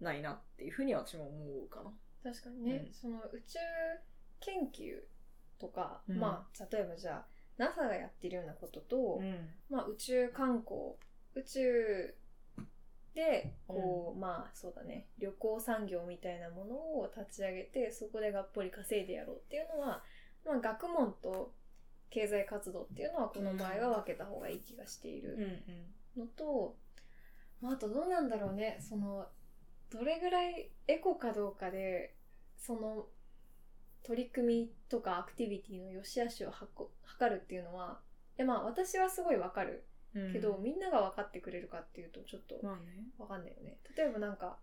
ないなっていうふうには私も思うかな。確かにね、うんその宇宙研究とか、うんまあ例えばじゃあ NASA がやってるようなことと、ん、まあ、宇宙観光宇宙でこう、まあそうだね旅行産業みたいなものを立ち上げてそこでがっぽり稼いでやろうっていうのは、まあ、学問と経済活動っていうのはこの場合は分けた方がいい気がしていうんうるんのと、まあ、あとどうなんだろうねそのどれぐらいエコかどうかでその取り組みとかアクティビティの良し悪しをはこ測るっていうのはでまあ私はすごいわかるうんけど、みんなが分かってくれるかっていうとちょっとまあね分かんないよね例えばなんか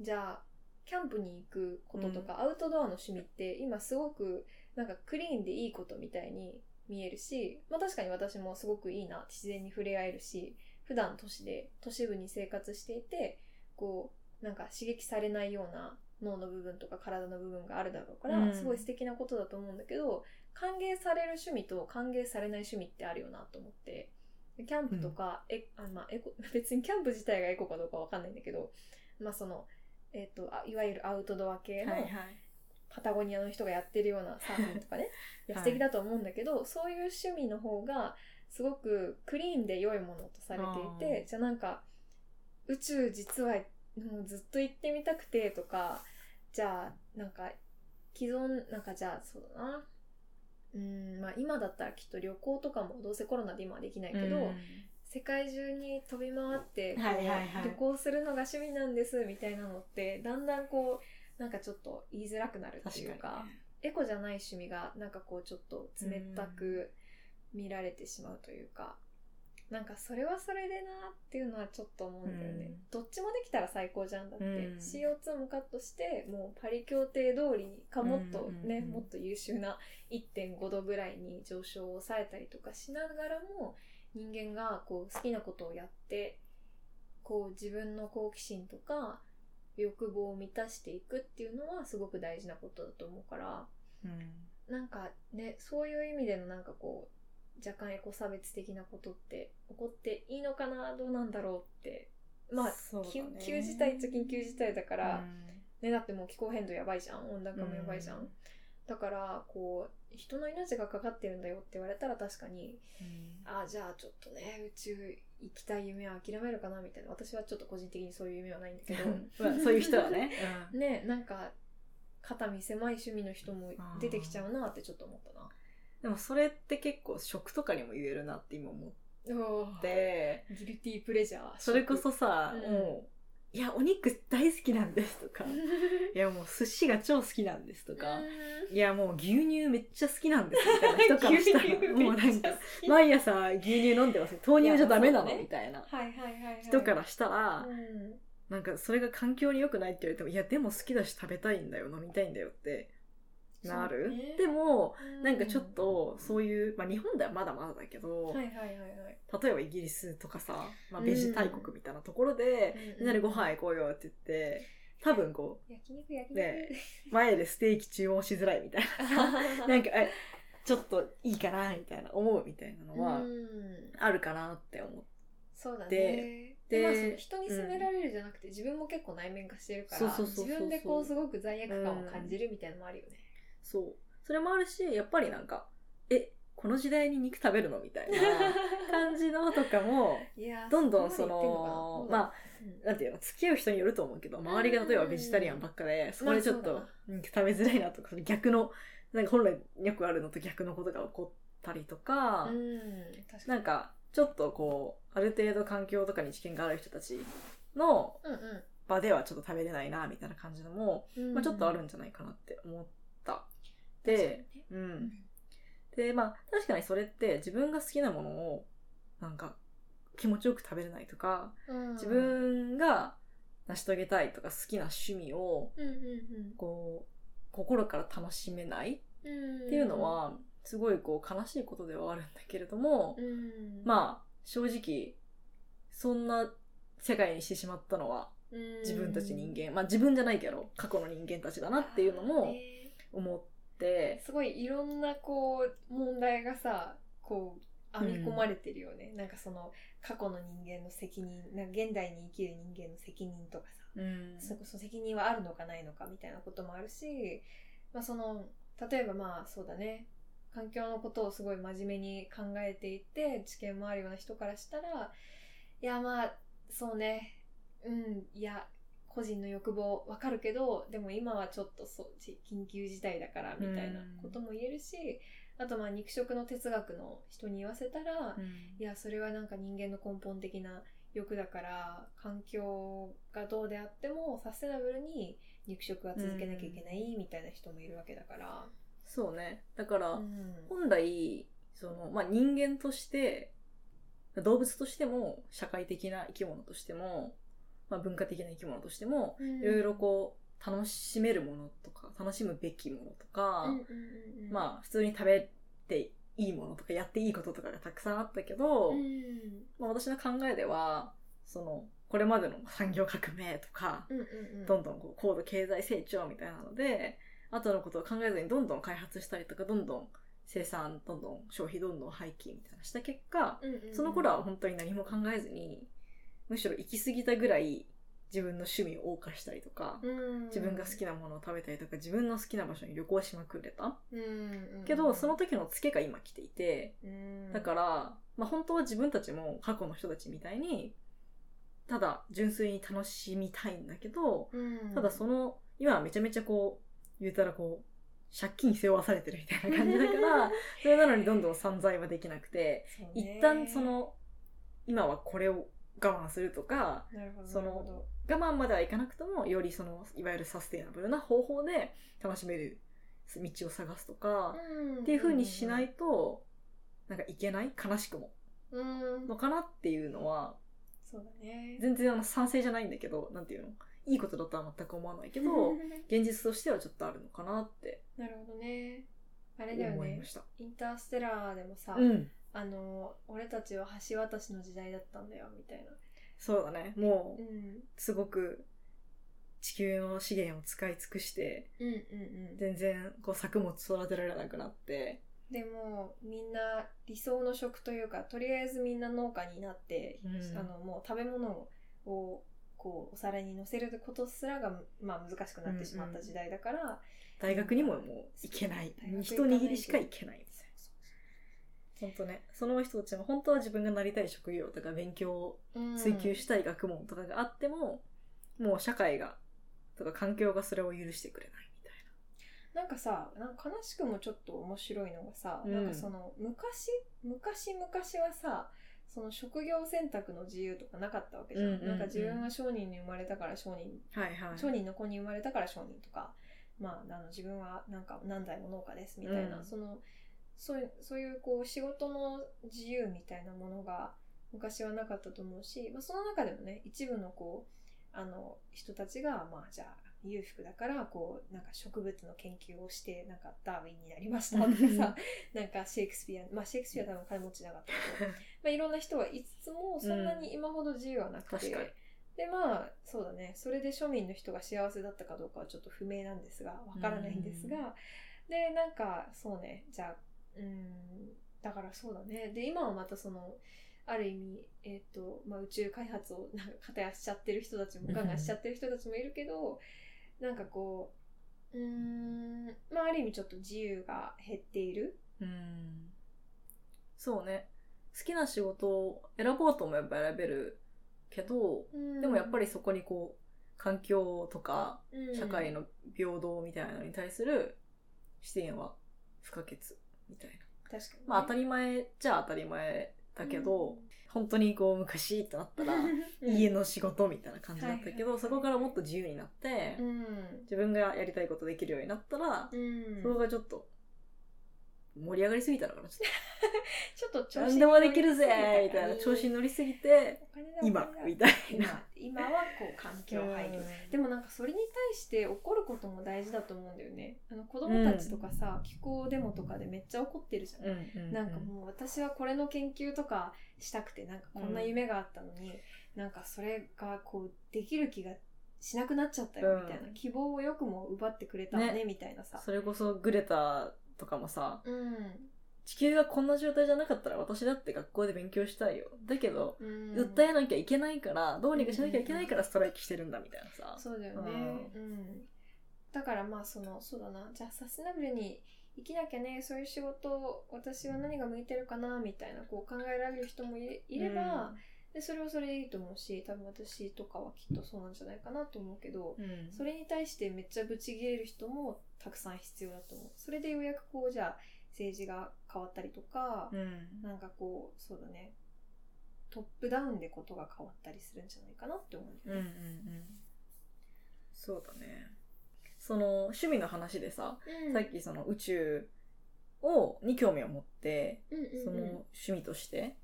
じゃあキャンプに行くこととか、アウトドアの趣味って今すごくなんかクリーンでいいことみたいに見えるし、まあ、確かに私もすごくいいな自然に触れ合えるし普段都市で都市部に生活していてこうなんか刺激されないような脳の部分とか体の部分があるだろうから、うんすごい素敵なことだと思うんだけど歓迎される趣味と歓迎されない趣味ってあるよなと思ってでキャンプとか、えあまあ、エコ 別にキャンプ自体がエコかどうかわかんないんだけど、まあそのえっとあいわゆるアウトドア系のパタゴニアの人がやってるようなサーフィンとかねいやはい素敵だと思うんだけど、そういう趣味の方がすごくクリーンで良いものとされていてあーじゃあなんか宇宙実はもうずっと行ってみたくてとかじゃあなんか既存なんかじゃあそうだなうんまあ今だったらきっと旅行とかもどうせコロナで今はできないけど、世界中に飛び回ってこうはいはいはい旅行するのが趣味なんですみたいなのってだんだんこうなんかちょっと言いづらくなるって確いうかかにねエコじゃない趣味がなんかこうちょっと冷たく見られてしまうというか、なんかそれはそれでなっていうのはちょっと思うんだよね、うんどっちもできたら最高じゃんだって、うん CO2 もカットしてもうパリ協定通りにかもっとね、うんうんうんもっと優秀な1.5度ぐらいに上昇を抑えたりとかしながらも人間がこう好きなことをやってこう自分の好奇心とか欲望を満たしていくっていうのはすごく大事なことだと思うからうんなんかねそういう意味でのなんかこう若干エコ差別的なことって起こっていいのかなどうなんだろうってまあそうだね緊急事態っちゃ緊急事態だから、うんねだってもう気候変動やばいじゃん温暖化もやばいじゃん、だからこう人の命がかかってるんだよって言われたら確かにうんあじゃあちょっとね宇宙行きたい夢は諦めるかなみたいな私はちょっと個人的にそういう夢はないんだけど まあそういう人はね、 ねなんか肩身狭い趣味の人も出てきちゃうなってちょっと思ったなでもそれって結構食とかにも言えるなって今思っおーてギルティープレジャーそれこそさ、うんもう「いやお肉大好きなんです」とか「食いやもう寿司が超好きなんです」とかうん「いやもう牛乳めっちゃ好きなんです」みたいな人から した牛乳らもうなめっんちゃか好き毎朝牛乳飲んでますね豆乳じゃダメないやそうのねみたいなはいはいはい、はい、人からしたらうんなんかそれが環境に良くないって言われても「いやでも好きだし食べたいんだよ飲みたいんだよ」ってなる、そうねでもなんかちょっとそういう、まあ、日本ではまだまだだけど、はいはいはいはい例えばイギリスとかさ、まあ、うんベジ大国みたいなところで、うんうんみんなでご飯行こうよって 言って多分こ焼肉焼肉、 ねう前でステーキ注文しづらいみたいななんかえちょっといいかなみたいな思うみたいなのはうんあるかなって思って、そうだねで。で、でまあ、その人に責められるじゃなくて、自分も結構内面化してるかそうら、そうそうそう自分でこうすごく罪悪感を感じるみたいなのもあるよね。そうそれもあるしやっぱりなんかえこの時代に肉食べるのみたいな感じのとかも いやーどんどんこそまで言ってののかなまあなんていうの付き合う人によると思うけど周りが例えばベジタリアンばっかでそこでちょっまあとそう肉食べづらいなとかその逆のなんか本来よくあるのと逆のことが起こったりとか、うん、うん、確かなに。んかちょっとこうある程度環境とかに知見がある人たちのうん場ではちょっと食べれないなみたいな感じのも、うん、まあ、ちょっとあるうんんじゃないかなって思った。確かにでね、う、うんんでまあ確かにそれって自分が好きなものをなんか気持ちよく食べれないとか自分が成し遂げたいとか好きな趣味をうんうんこう心から楽しめないっうん。ていうの、はすごいこう悲しいことではあるんだけれどもう、ん、あ、まあ正直そんな世界にしてしまったのは自分たち人間、まあ自分じゃないけど過去の人間たちだなっていうのあーもね思って、すごいいろんなこう問題がさこう編み込まれてるよね、なんかその過去の人間の責任なんか現代に生きる人間の責任とかさ、うんそれこそ責任はあるのかないのかみたいなこともあるし、まあ、その例えばまあそうだね環境のことをすごい真面目に考えていて知見もあるような人からしたらいやまあそうねうんいや個人の欲望わかるけどでも今はちょっとそうち緊急事態だからみたいなことも言えるし、あとまあ肉食の哲学の人に言わせたら、うんいやそれはなんか人間の根本的な欲だから環境がどうであってもサステナブルに肉食は続けなきゃいけないみたいな人もいるわけだから。そうねだから、うん本来その、まあ、人間として動物としても社会的な生き物としても、まあ、文化的な生き物としてもいろいろこう楽しめるものとか楽しむべきものとか、うんうんうんうんまあ普通に食べていいものとかやっていいこととかがたくさんあったけど、うんまあ、私の考えではそのこれまでの産業革命とか、うんうんうんどんどんこう高度経済成長みたいなので後のことを考えずにどんどん開発したりとかどんどん生産どんどん消費どんどん廃棄みたいなした結果うんうんうんその頃は本当に何も考えずにむしろ行き過ぎたぐらい自分の趣味を謳歌したりとかうん自分が好きなものを食べたりとか自分の好きな場所に旅行しまくれたうんうんうんけどその時のツケが今来ていてうんだから、まあ、本当は自分たちも過去の人たちみたいにただ純粋に楽しみたいんだけどうんただその、今はめちゃめちゃこう、言うたらこう、借金背負わされてるみたいな感じだから、それなのにどんどん散財はできなくて、そうね一旦その、今はこれを我慢するとか、なるほどそのなるほど我慢まではいかなくとも、よりその、いわゆるサステナブルな方法で楽しめる道を探すとか、っていう風にしないと、なんかいけない悲しくも。うんのかなっていうのは、そうだね全然あの賛成じゃないんだけど、なんていうのいいことだとは全く思わないけど、 現実としてはちょっとあるのかなってなるほどねあれだよ思いねました。インターステラーでもさ、うん。あの俺たちは橋渡しの時代だったんだよみたいな、そうだね。もうう、ん、すごく地球の資源を使い尽くして、うんうんで全然こう作物育てられなくなって、もみんな理想の食というかとりあえずみんな農家になって、うんあのもう食べ物をこうお皿に乗せることすらが、まあ、難しくなってしまった時代だから、大学にももう行けない大学行か。ない一握りしか行けないみたいな。本当ね、その人たちも本当は自分がなりたい職業とか勉強をうん追求したい学問とかがあっても、もう社会が、とか環境がそれを許してくれないみたいなんかさなんか悲しくもちょっと面白いのがさ、うんなんかその昔昔昔はさその職業選択の自由とかなかったわけじゃん,、うんうんうんなんか自分が商人に生まれたから商人、な。はいはい。商人の子に生まれたから商人とか、まあ、あの自分はなんか何代も農家ですみたいな、うんそのそういうそういうこう仕事の自由みたいなものが昔はなかったと思うし、まあ、その中でもね一部のこうあの人たちがまあじゃあ裕福だからこうなんか植物の研究をしてなんかダーウィンになりましたとかさなんかシェイクスピアまあシェイクスピアは多分金持ちなかったけど、 まあ、いろんな人はいつつもそんなに今ほど自由はなくて、確かに。でまあそうだねそれで庶民の人が幸せだったかどうかはちょっと不明なんですがわからないんですが、うんでなんかそうねじゃあうんだからそうだねで今はまたそのある意味、えっとまあ、宇宙開発をなんか片やしちゃってる人たちもガンガンしちゃってる人たちもいるけど なんかこううーんまあある意味ちょっと自由が減っている。うんそうね好きな仕事を選ぼうと思えば選べるけどでもやっぱりそこにこう環境とかり社会の平等みたいなのに対する視点は不可欠みたいな、確かにね、まあ当たり前じゃ当たり前だけど、うん本当にこう昔ってなったら家の仕事みたいな感じだったはいけはいはどいそこからもっと自由になって、うん、自分がやりたいことできるようになったら、うんそこがちょっと盛り上がりすぎたのかなちょっちょっとと調何でもできるぜ乗りすみぎたいな調子に乗りすぎて今今みたいな今今はこう環境配慮でもなんかそれに対して怒ることも大事だと思うんだよねあの子供たちとかさ、気候デモとかでめっちゃ怒ってるじゃん、うんなんかもう私はこれの研究とかしたくてなんかこんな夢があったのに、なんかそれがこうできる気がしなくなっちゃったよみたいな、うん希望をよくも奪ってくれたわねねみたいなさそれこそグレタとかもさうん、地球がこんな状態じゃなかったら私だって学校で勉強したいよだけどうん、訴えなきゃいけないからどうにかしなきゃいけないからストライキしてるんだみたいなさそうだよね、うんだからまあそのそうだなじゃあサステナブルに生きなきゃねそういう仕事私は何が向いてるかなみたいなこう考えられる人もいれいれば、でそれはそれでいいと思うし多分私とかはきっとそうなんじゃないかなと思うけど、うんそれに対してめっちゃブチ切れる人もたくさん必要だと思うそれでようやくこうじゃあ政治が変わったりとか、うんなんかこうそうだねトップダウンでことが変わったりするんじゃないかなって思ううんようんうね、んそうだねその趣味の話でさ、うんさっきその宇宙をに興味を持ってうんうんうんその趣味として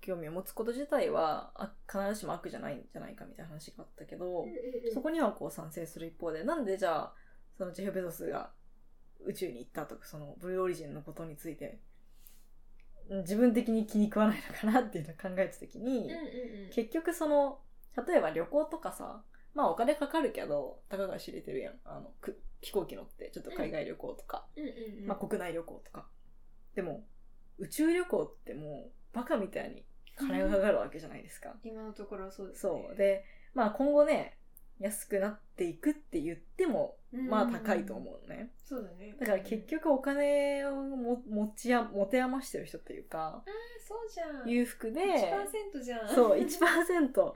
興味を持つこと自体はあ必ずしも悪じゃないんじゃないかみたいな話があったけど、そこにはこう賛成する一方でなんでじゃあそのジェフ・ベゾスが宇宙に行ったとかそのブルーオリジンのことについてうん自分的に気に食わないのかなっていうのを考えた時に、結結局その例えば旅行とかさまあお金かかるけどたかが知れてるやんあのく飛行機乗ってちょっと海外旅行とか、まあ、国内旅行とかでも宇宙旅行ってもうバカみたいに金がかかるわけじゃないですか、今のところはそうですね、そうでまあ今後ね安くなっていくって言ってもうんまあ高いと思うね、そうだねだから結局お金をも持ちや持て余してる人というかうんそうじゃん裕福で1%じゃんそう、1%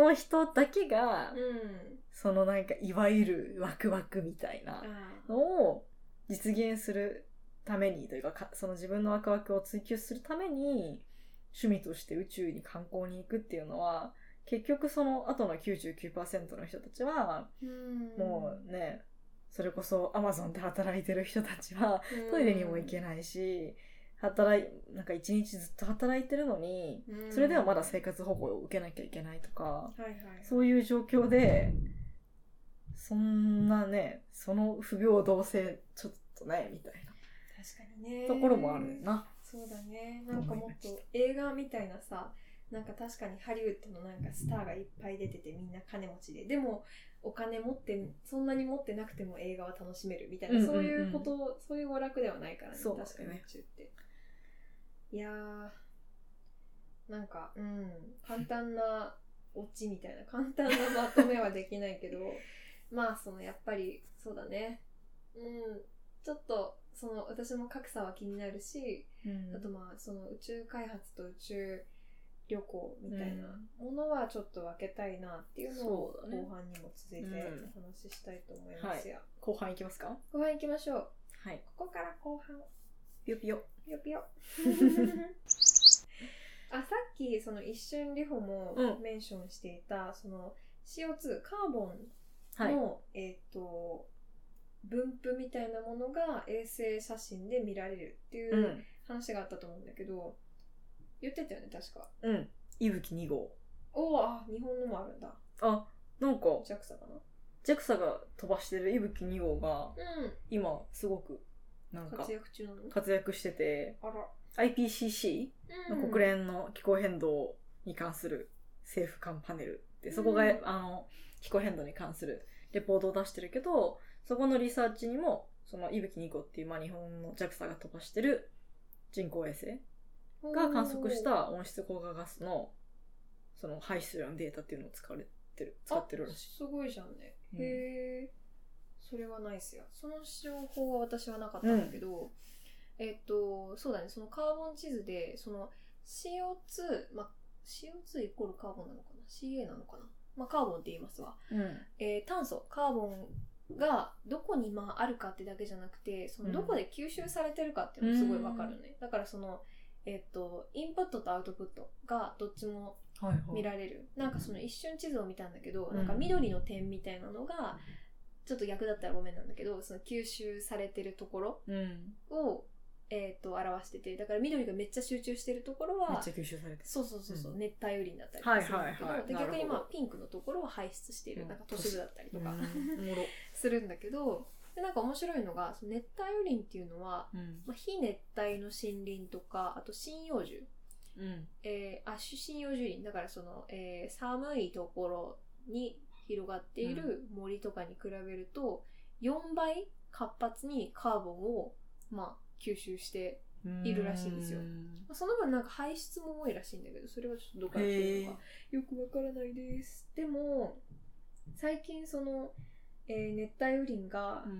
の人だけがう、んそのなんか、いわゆるワクワクみたいなあのを実現するためにというかか、その自分のワクワクを追求するために、趣味として宇宙に観光に行くっていうのは、結局その後の99%の人たちは、うんもうね、それこそアマゾンで働いてる人たちは、うんトイレにも行けないし、働い、なんか一日ずっと働いてるのに、うんそれではまだ生活保護を受けなきゃいけないとか、はいはいそういう状況で、そんなね、その不平等性、ちょっとね、みたい確かにねなところもあるよな。そうだねなんかもっと映画みたいなさなんか確かにハリウッドのなんかスターがいっぱい出ててみんな金持ちででもお金持ってそんなに持ってなくても映画は楽しめるみたいな、うんうんうんそういうことそういう娯楽ではないからねそうだね確かに宇宙っていやーなんかうん簡単なオチみたいな簡単なまとめはできないけど まあそのやっぱりそうだねうんちょっとその私も格差は気になるしあとまあその宇宙開発と宇宙旅行みたいなものはちょっと分けたいなっていうのをそうだね後半にも続いてうんお話ししたいと思いますよ。後半いきますか後半行きましょう。はい。ここから後半ぴよぴよ。ぴよぴ よ。あさっきその一瞬リホもうんメンションしていたその CO2 カーボンはい。の、えっ、と分布みたいなものが衛星写真で見られるっていう、うん。話があったと思うんだけど言ってたよね確かうん。いぶき2号。おおあ日本のもあるんだあ、なんか、 JAXA かな JAXA が飛ばしてるいぶき2号が、う今、すごく、なんんか活、躍中なの活躍してて、あら、 IPCC う国連の気候変動に関する政府間パネルでそこが、うんあの気候変動に関するレポートを出してるけどそこのリサーチにもその伊吹2号っていう、まあ、日本の JAXA が飛ばしてる人工衛星が観測した温室効果ガスのその排出量のデータっていうのを使われてる使ってるらしい。いすごいじゃんね、うんへえそれはないっすよその情報は私はなかったんだけど、えっとそうだねそのカーボン地図でその CO2 まあ CO2 イコールカーボンなのかな CA なのかなまあカーボンって言いますわうんえー炭素カーボンがどこにまああるかってだけじゃなくてそのどこで吸収されてるかっていうのがすごいわかるね、だからそのえっ、とインプットとアウトプットがどっちもはいはい見られる、なんかその一瞬地図を見たんだけど、うんなんか緑の点みたいなのがちょっと逆だったらごめんなんだけどその吸収されてるところうん。めを、えー、と表しててだから緑がめっちゃ集中してるところっはちゃ吸収されてる。そうそうそうそう、う熱帯雨林だったりはいとかするんだけど、はいはいでなるほ逆どに、まあ、ピンクのところは排出している、うんなんか都市部だったりとか、うんおもろ。するんだけどでなんか面白いのがその熱帯雨林っていうのは、うん。まあ、非熱帯の森林とかあと針葉樹、うん。えー、あ針葉樹林だからその、えー寒いところに広がっている森とかに比べると、4倍活発にカーボンを、まあ、吸収しているらしいんですようんまあその分なんか排出も多いらしいんだけどそれはちょっとどっから来てるのかよくわからないですでも最近その、えー熱帯雨林がうん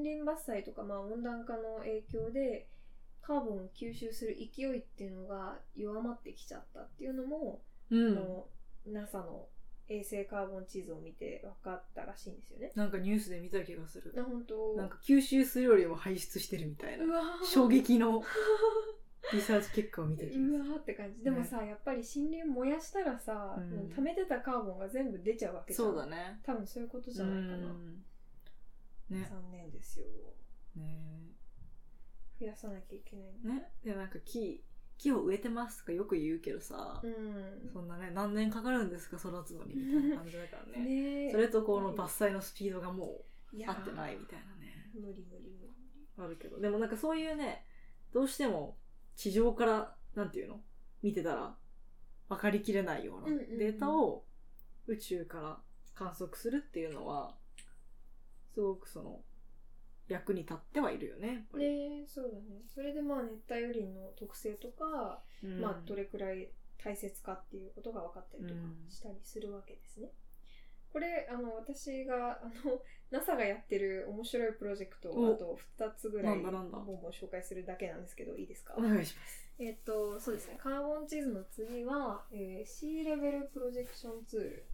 森林伐採とか、まあ、温暖化の影響でカーボンを吸収する勢いっていうのが弱まってきちゃったっていうのも、うあん。の NASA の衛星カーボン地図を見て分かったらしいんですよね。なんかニュースで見た気がする。な本当なんか吸収するよりも排出してるみたいなう。わー衝撃のリサーチ結果を見た気がすうる。わーって感じでもさ、やっぱり森林燃やしたらさ、うんもう溜めてたカーボンが全部出ちゃうわけじゃんそうだね。多分そういうことじゃないかな、うんね。残念ですよね。増やさなきゃいけないね、でなんか木木を植えてますとかよく言うけどさ、うんそんなね何年かかるんですか育つのにみたいな感じだから ねねえそれとこのバス伐採のスピードがもう合合ってないみたいなね無理無理無理あるけどでもなんかそういうねどうしても地上からなんていうの見てたら分かりきれないよううんなうんうんデータを宇宙から観測するっていうのはすごくその役に立ってはいるよねやっぱりねえそうだねそれでまあ熱帯雨林の特性とか、うんまあどれくらい大切かっていうことが分かったりとかうんしたりするわけですね、これあの私があの NASA がやってる面白いプロジェクトをおあと2つぐらいなんだボなンんだボン紹介するだけなんですけどいいですかお願いしますえっと、そうですね。カーボン地図の次は、えー、C レベルプロジェクションツール。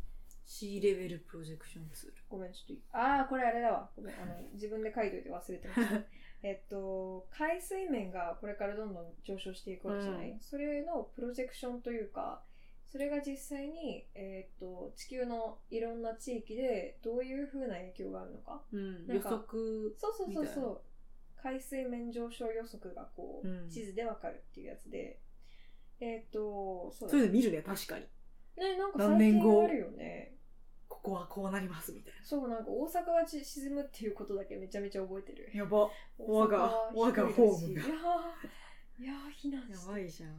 C レベルプロジェクションツールごめん、ちょっと、ああ、これあれだわ。ごめん、あの、自分で書いといて忘れてま した。えっと、海水面がこれからどんどん上昇していくわけじゃない、うんそれのプロジェクションというか、それが実際に、えっと、地球のいろんな地域でどういう風な影響があるのか。うん、なん予か測そうそうそうみたいそなう。海水面上昇予測がこう、うん地図でわかるっていうやつで、えっと、そうだねそういうの見るね確かにね、なんか何最年近後あるよね。ここはこうなりますみたいそう、なんか大阪がち沈むっていうことだけめちゃめちゃ覚えてる。なやば我が大阪は低いらしい我がホームがいやー、いやー避難やしてばいじゃん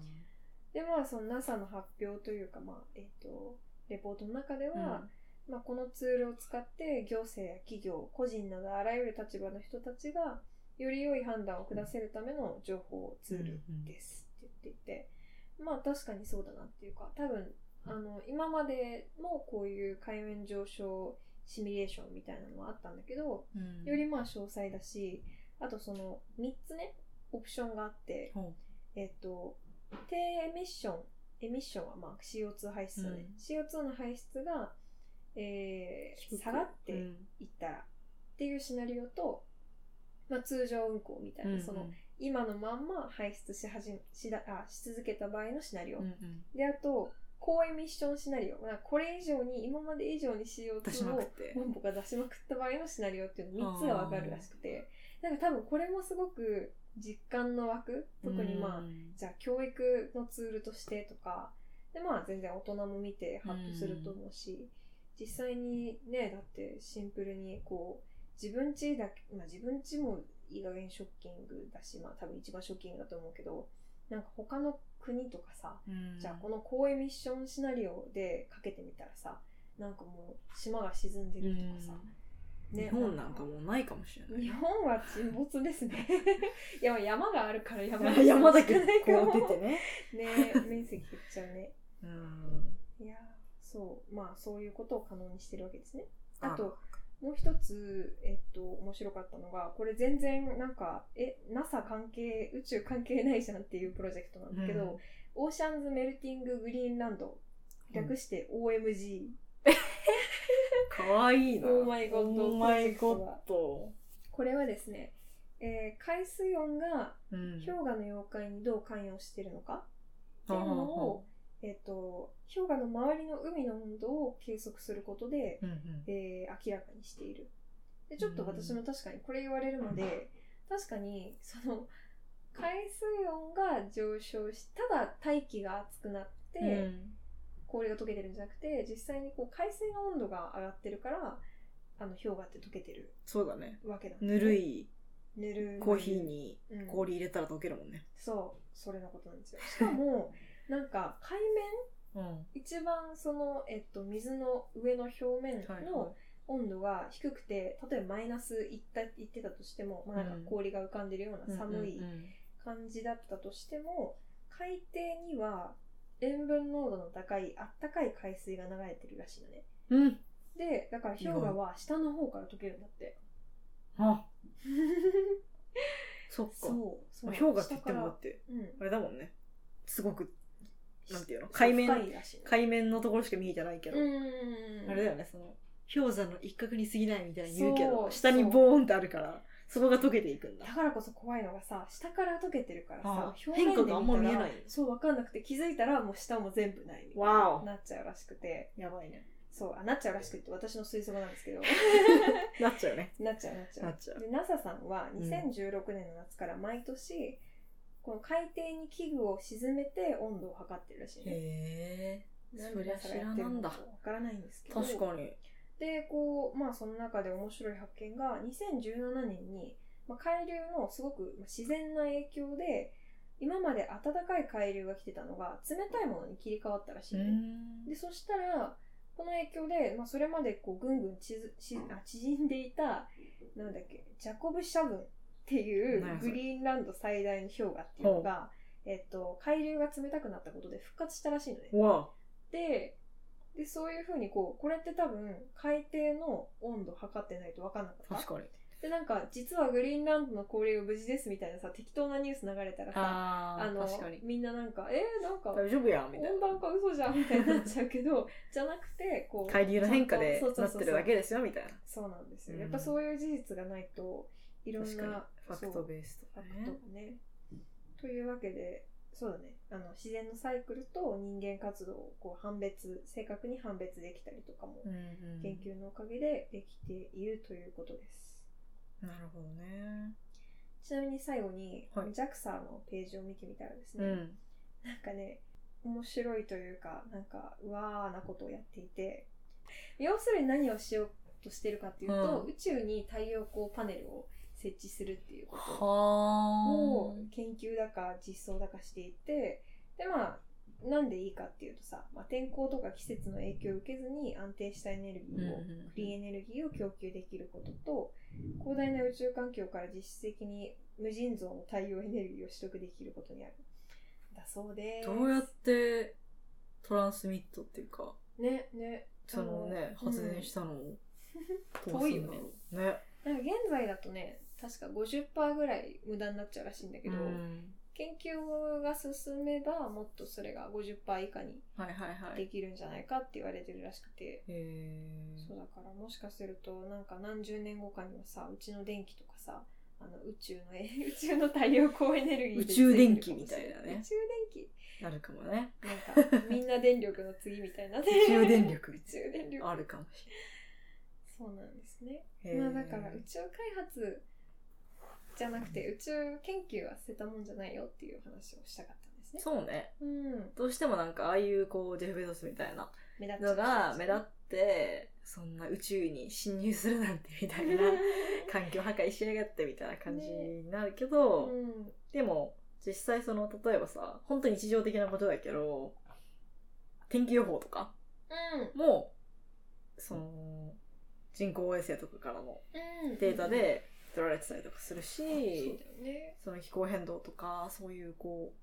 で、まあ、その NASA の発表というか、まあ、えっ、と、レポートの中では、まあ、このツールを使って行政や企業、個人などあらゆる立場の人たちが、より良い判断を下せるための情報ツールですって言っていて、まあ確かにそうだなっていうか、多分、あの、今までもこういう海面上昇シミュレーションみたいなのはあったんだけど、うんよりまあ詳細だし、あとその3つね、オプションがあって、ほえっと、低エミッション、エミッションはまあ CO2 排出だね。うん CO2 の排出が、えうー下がってういんったらっていうシナリオと、まあ、通常運行みたいな、うんその今のまんま排出し始めしだあし続けた場合のシナリオ、うんうんであと高エミッションシナリオなんかこれ以上に今まで以上に出し CO2 まくっをてボンボが出しまくった場合のシナリオっていうの3つがわかるらしくてなんか多分これもすごく実感の枠特にまあ、うんじゃあ教育のツールとしてとかでまあ全然大人も見てハッとすると思うし、実際にねだってシンプルにこう自分ちだけ、まあ、自分ちもいい加減ショッキングだしまあ多分一番ショッキングだと思うけどなんか他の国とかさうんじゃあこの高エミッションシナリオでかけてみたらさなんかもう島が沈んでるとかさ、うん日本なんかもうないかもしれない日本は沈没ですね いやまあ山があるから 山 山だけ少ないかこもう出てねねえ面積減っちゃうねうんいやーそうまあそういうことを可能にしてるわけですねああともう一つえっと面白かったのがこれ全然なんかえ NASA 関係宇宙関係ないじゃんっていうプロジェクトなんだけど、うんオーシャンズ・メルティング・グリーンランド略して OMG、かわいいな Oh my god オーマイゴッドこれはですね、えー海水温がうん氷河の妖怪にどう関与してるのかっていうのを、えっと氷河の周りの海の温度を計測することでうんうんえー明らかにしている。でちょっと私も確かにこれ言われるので、確かにその海水温が上昇しただ大気が熱くなって、うん氷が溶けてるんじゃなくて実際にこう海水の温度が上がってるからあの氷河って溶けてるそうだねわけだ、ぬるいぬるいコーヒーにうん氷入れたら溶けるもんね、そうそれのことなんですよしかもなんか海面うん一番その、えっと、水の上の表面はいの温度が低くて、例えばマイナスいったいってたとしても、まあ、なんうんか氷が浮かんでるような寒いうんうんうん感じだったとしても、海底には塩分濃度の高いあったかい海水が流れてるらしいのねうん。でだから氷河は下の方から溶けるんだってあ、そっか。そうそう氷河って言ってもだ下かって、らうんあれだもんね。すごく、なんていうの海面深いらしいね海面のところしか見えてないけど、うんうんうんあれだよね、その、氷山の一角に過ぎないみたいに言うけそど、う下にボーンってあるから、そこが溶けていくんだだ。からこそ怖いのがさ下から溶けてるからあさ表ー面で見変化たがらあんま見えないそう分かんなくて気づいたらもう下も全部ないみたいわおになっちゃうらしくてやばいね。そうあなっちゃうらしくって私の推測なんですけ どなっちゃうね。なっちゃうなっちゃうなっちゃうで NASA さんはうん2016年の夏から毎年、この海底に器具を沈めて温度を測ってるらしいねへえ。なんそでりゃ NASA 知がやらってるなんのだか。わからないんですけど確かに。でこうまあその中で面白い発見が2017年に、まあ、海流のすごくまあ自然な影響で今まで暖かい海流が来てたのが冷たいものに切り替わったらしい、うねんでそしたらこの影響で、まあ、それまでこうぐんぐんちずしあ縮んでいたなんだっけジャコブ・シャブンっていう何それグリーンランド最大の氷河っていうのが、えっと、海流が冷たくなったことで復活したらしいのね。わででそういうふうにこうこれって多分海底の温度測ってないと分かんなかあった確かに。でなんか実はグリーンランドの氷が無事ですみたいなさ適当なニュース流れたらさあの確かに。みんななんかえー、なんか大丈夫や、みたい温な。暖化嘘じゃんみたいになっちゃうけどじゃなくてこう海流の変化でちゃんとなってるだけですよ、みたいな。そうなんですうよんやっぱそういう事実がないといろん確かにな。ファクそトうベースとフかァね。クトがね。というわけでそうだねあの自然のサイクルと人間活動をこう判別正確に判別できたりとかもうんうん研究のおかげでできているということです。なるほどね。ちなみに最後に、はい JAXA のページを見てみたらですね、うん。なんかね面白いというかなんかうわーなことをやっていて要するに何をしようとしてるかっていうと、うん宇宙に太陽光パネルを設置するっていうことをはを研究だか実装だかしていてでまあなんでいいかっていうとさ、まあ、天候とか季節の影響を受けずに安定したエネルギーを、うんうんうんクリーンエネルギーを供給できることと広大な宇宙環境から実質的に無尽蔵の太陽エネルギーを取得できることにあるだそうですどうやってトランスミットっていうか、ねねそのね、あの発電したのをうんどうするんだろうね。うんなんか現在だとね確か50%ぐらい無駄になっちゃうらしいんだけうど、ん研究が進めばもっとそれが50%以下にはいはいはでい。きるんじゃないかって言われてるらしくて、えーそうだからもしかするとなんか何十年後かにはさうちの電気とかさあの宇宙のえ 宇宙の太陽光エネルギーで宇宙電気みたいなね宇宙電あるかもね。気 なんかみんな電力の次みたいな宇宇宙電力宇宙電力あるかもしそうなんですね、れない。まあだから宇宙開発じゃなくて宇宙研究は捨てたもんじゃないよっていう話をしたかったんですねそうね。うんどうしてもなんかああいうこうジェフ・ベゾスみたいな目立っちゃのうが目立ってそんな宇宙に侵入するなんてみたいな環境破壊しやがってみたいな感じになるけど、 うんでも実際その例えばさ本当に日常的なことだけど天気予報とかうんもその人工衛星とかからのうんデータで取られてたりとかするし、そうだよねその気候変動とかそういうこう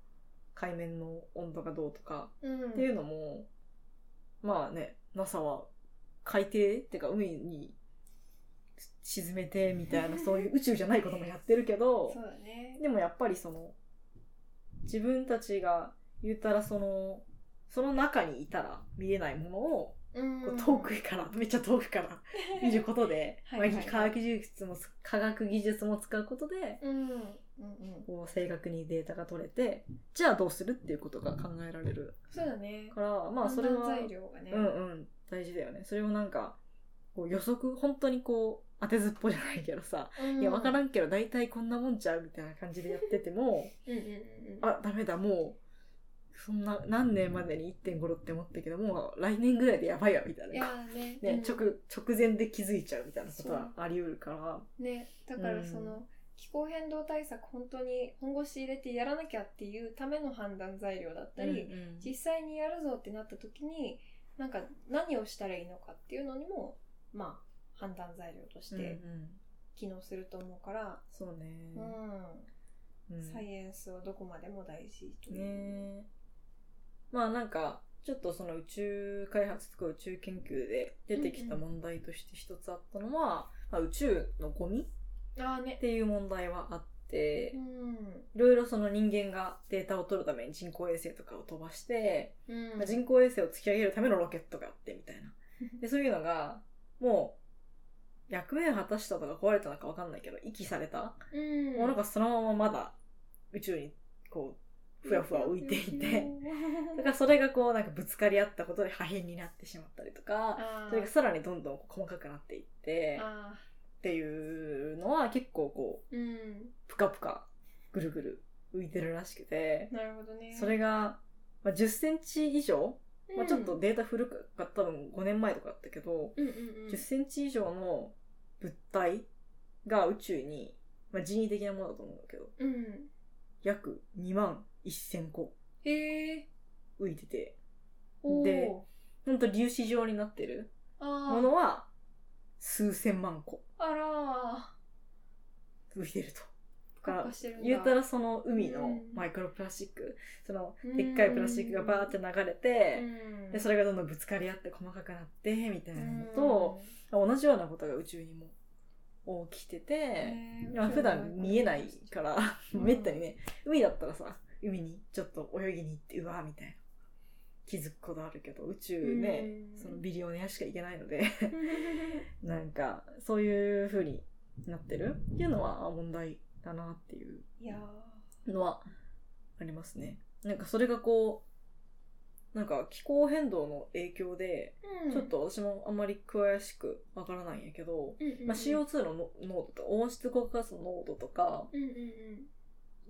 海面の温度がどうとかうんっていうのも、まあね NASA は海底っていうか海に沈めてみたいなそういう宇宙じゃないこともやってるけどそうだね。でもやっぱりその自分たちが言ったらそのその中にいたら見えないものをこう遠くから、めっちゃ遠くから見ることではいはいはいまあ科学技術も科学技術も使うことで うん。うんうん。こう正確にデータが取れてじゃあどうするっていうことが考えられるそうだね。からまあそれは判断材料がね。うんうん大事だよねそれをなんかこう予測本当にこう当てずっぽじゃないけどさ、うんいや分からん。んけど大体こんなもんちゃうみたいな感じでやって てもうんうんうんうん。あダメだもうそんな何年までに1.5度って思ったけどもう来年ぐらいでやばいわみたいいなや。ーね。ねうん直直前で気づいちゃうみたいなことはあり得るからねだからうんその、気候変動対策本当に本腰入れてやらなきゃっていうための判断材料だったり、うんうん実際にやるぞってなった時になんか何をしたらいいのかっていうのにもまあ判断材料としうんうてん機能すると思うから、そうね、ううんんサイエンスはどこまでも大事というねまあなんかちょっとその宇宙開発とか宇宙研究で出てきた問題として一つあったのは、まあ、宇宙のゴミああねっていう問題はあって、うんいろいろその人間がデータを取るために人工衛星とかを飛ばして、うんまあ人工衛星を突き上げるためのロケットがあってみたいな。で、そういうのが、もう、役目を果たしたとか壊れたのかわかんないけど、遺棄されたうんものがそのまままだ宇宙にこう、ふわふわ浮いていて、だからそれがこうなんかぶつかり合ったことで破片になってしまったりとか、あーそれがさらにどんどん細かくなっていって、あっていうのは結構こう、ーうんぷかぷかぐるぐる浮いてるらしくて、なるほどねそれが、まあ、10センチ以上、まあ、ちょっうとんデータ古かった多分5年前とかだったけど、うんうんうん10センチ以上の物体が宇宙に、まあ、人為的なものだと思うんだけど、うん約2万1000個へえ浮いてて、おーでほんと粒子状になってるあーものは数千万個あら浮いてると。ーふかふかしてるんだ言ったらその海うのんマイクロプラスチック、そのうんでっかいプラスチックがバーって流れて、うんでそれがどんどんぶつかり合って細かくなってみたいなのと、う同じようなことが宇宙にも起きてんて、へーまあ普段見えないから、うんめったにね海だったらさ海にちょっと泳ぎに行ってうわーみたいな気づくことあるけど宇宙ね、うんそのビリオネアしか行けないので なんかそういう風になってるっていうのは問題だなっていういやのはありますね。なんかそれがこうなんか気候変動の影響でーちょっ、と私もあんまり詳しくわからないんやけど、うんうんうんまあ、CO2 のの濃度とか温室効果ガスの濃度とかうんうんうん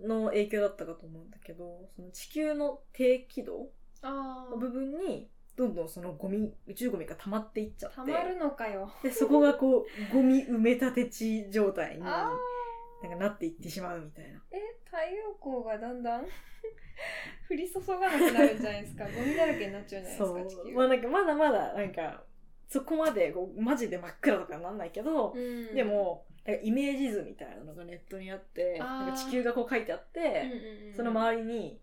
の影響だったかと思うんだけどその地球の低軌道あのー部分にどんどんそのゴミ宇宙ゴミが溜まっていっちゃってたまるのかよでそこがこうゴミ埋め立て地状態になあーんかなっていってしまうみたいな。え太陽光がだんだん 降り注がなくなるんじゃないですかゴミだらけになっちゃうんじゃそないですか地う球、まあなんかまだまだなんかそこまでこうマジで真っ暗とかなんないけど、うんで、もなんかイメージ図みたいなのがネットにあってあーなんか地球がこう書いてあっうんて、うんうん、その周りに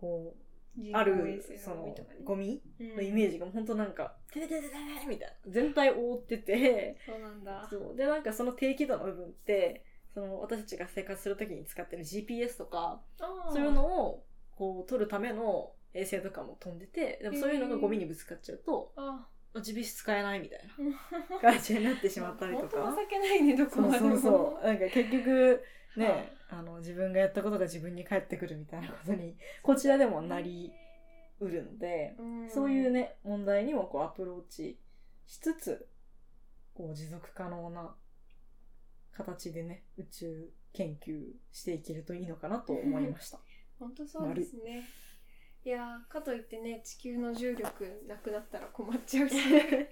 こりうあるそのゴミのイメージがもうほんとなんか「てててててて」みたいな全体を覆っててそうなんだそうでなんかその低気度の部分ってその私たちが生活するときに使ってる GPS とかあーそういうのをこう取るための衛星とかも飛んでてでもそういうのがゴミにぶつかっちゃうとあ GPS 使えないみたいなうん感じにな ってしまったりと本か当。情けないねどこそまうでそもうそう。なんか結局、はいね、あの、自分がやったことが自分に返ってくるみたいなことに、こちらでもなりうるので、うんそういうね、問題にもこうアプローチしつつ、こう持続可能な形でね、宇宙研究していけるといいのかなと思いました。本当そうですねいやーかといってね地球の重力なくなったら困っちゃうし ね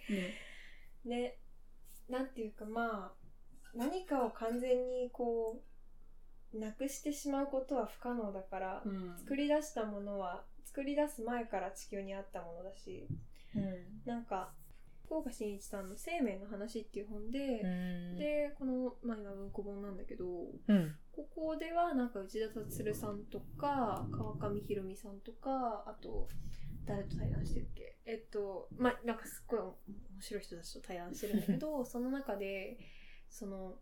ねなんていうかまあ何かを完全にこうなくしてしまうことは不可能だから、作り出したものは作り出す前から地球にあったものだしうんなんか福岡伸一さんの「生命の話」っていう本うで、んでこの、まあ、今文庫本なんだけどうんここではなんか内田達さんとか川上弘美さんとかあと誰と対談してるっけえっとまあなんかすっごい面白い人たちと対談してるんだけ どその中でその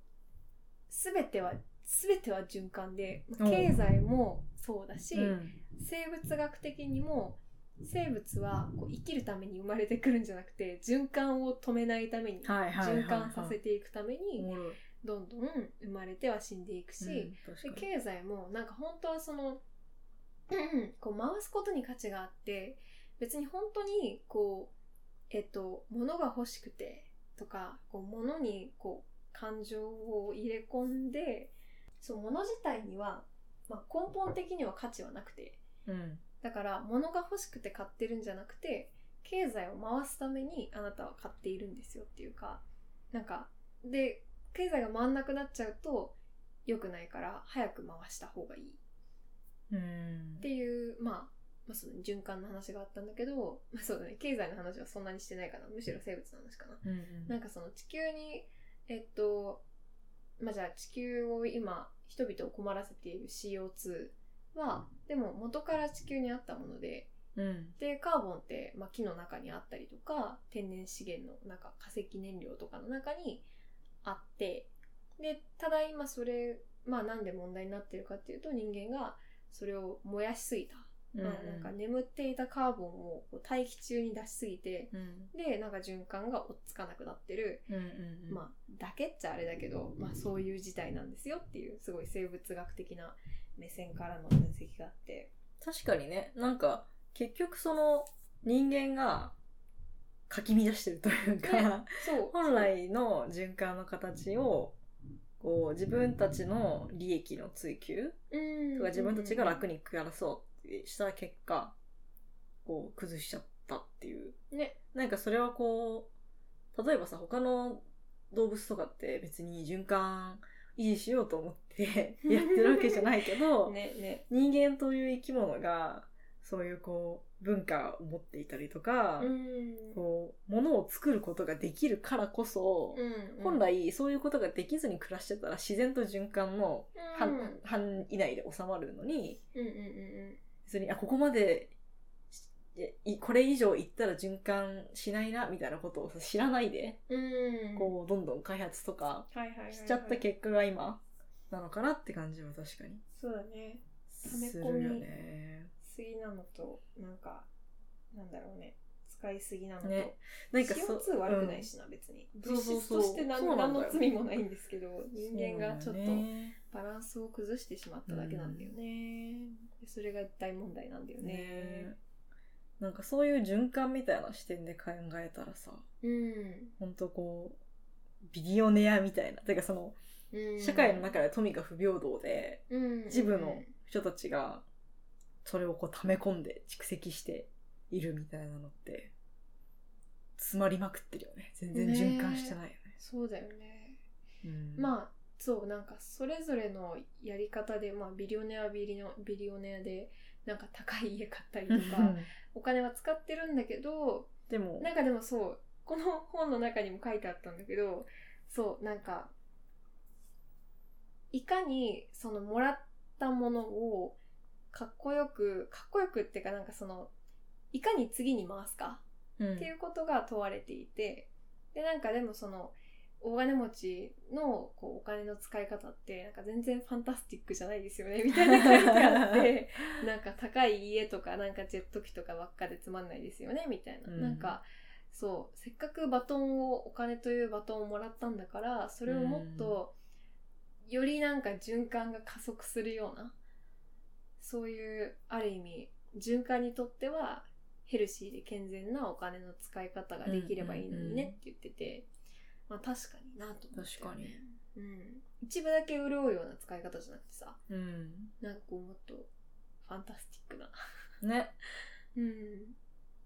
全ては全ては循環でまあおう経済もそうだし、うん生物学的にも生物はこう生きるために生まれてくるんじゃなくて循環を止めないためにはいはいはいはい循環させていくためおにもろいどんどん生まれては死んでいくし、うんで確かに経済もなんか本当はそのこう回すことに価値があって別に本当にこうえっと物が欲しくてとかこう物にこう感情を入れ込んでそう物自体には、まあ、根本的には価値はなくてうん。だから物が欲しくて買ってるんじゃなくて経済を回すためにあなたは買っているんですよっていうかなんかで経済が回んなくなっちゃうと良くないから早く回した方がいいうんっ。ていう、まあ、まあその循環の話があったんだけど、まあ、そうだね経済の話はそんなにしてないかなむしろ生物の話かな。うんなんかその地球にえっとまあじゃあ地球を今人々を困らせている CO2 はでも元から地球にあったものでうん。うん。でカーボンって、まあ、木の中にあったりとか天然資源のなんか化石燃料とかの中にあってでただ今それまあなんで問題になってるかっていうと人間がそれを燃やしすぎた、うまあなんか眠っていたカーボンをこう大気中に出しすぎてうん。でなんか循環が追っつかなくなってる、うんうんうん。まあだけっちゃあれだけど、まあ、そういう事態なんですよっていうすごい生物学的な目線からの分析があって。確かにね、なんか、結局その、人間が、かき乱してるというか、ねそう本来の循環の形を、こう、自分たちの利益の追求うんとか、自分たちが楽に、に暮らそうってした結果、こう、崩しちゃったっていう。ねなんかそれはこう、例えばさ、他の動物とかって別に循環維持しようと思ってやって るわけじゃないけど、 ねね人間という生き物がそういうこう文化を持っていたりとか、うんこう物を作ることができるからこそ、うん本来そういうことができずに暮らしてたら自然と循環のうん範,、範以内で収まるのにうんうんうん別にあここまでいいこれ以上いったら循環しないなみたいなことをさ知らないで、うんうんこうどんどん開発とかはいはいはいはいしちゃった結果が今なのかなって感じは確かにそうだねすめ込みるよね。過ぎなのとなんかなんだろうね使いすぎなのと、ねなんかそ CO2 悪くないしな、別にそう物そう質そうとして何そうなん何だよの罪もないんですけど人間がちょっとそうなんだよねバランスを崩してしまっただけなんだよね、でそれが大問題なんだよねねなんかそういう循環みたいな視点で考えたらさうんほんとこうビデオネアみたいなてかそのうん社会の中で富が不平等でうん一部の人たちがそれをこう溜め込んで蓄積しているみたいなのって詰まりまくってるよね全然循環してないよねそうだよねうん まあそうなんかそれぞれのやり方で、まあ、ビリオネアはビリのビリオネアでなんか高い家買ったりとうかん お金は使ってるんだけどでもなんかでもそうこの本の中にも書いてあったんだけどそうなんかいかにそのもらったものをかっこよくかっこよくっていうかなんかそのいかに次に回すかうんっていうことが問われていてでなんかでもその大金持ちのこうお金の使い方ってなんか全然ファンタスティックじゃないですよねみたいな書いてあって なんか高い家とかなんかジェット機とかばっかでつまんないですよねみたいな、うんなんかそうせっかくバトンをお金というバトンをもらったんだからそれをもっとよりなんか循環が加速するようなそういうある意味循環にとってはヘルシーで健全なお金の使い方ができればいいのにねって言ってて、まあ確かになと思って、確かに、うん、一部だけ潤うような使い方じゃなくてさうんなんかこうもっとファンタスティックなねうん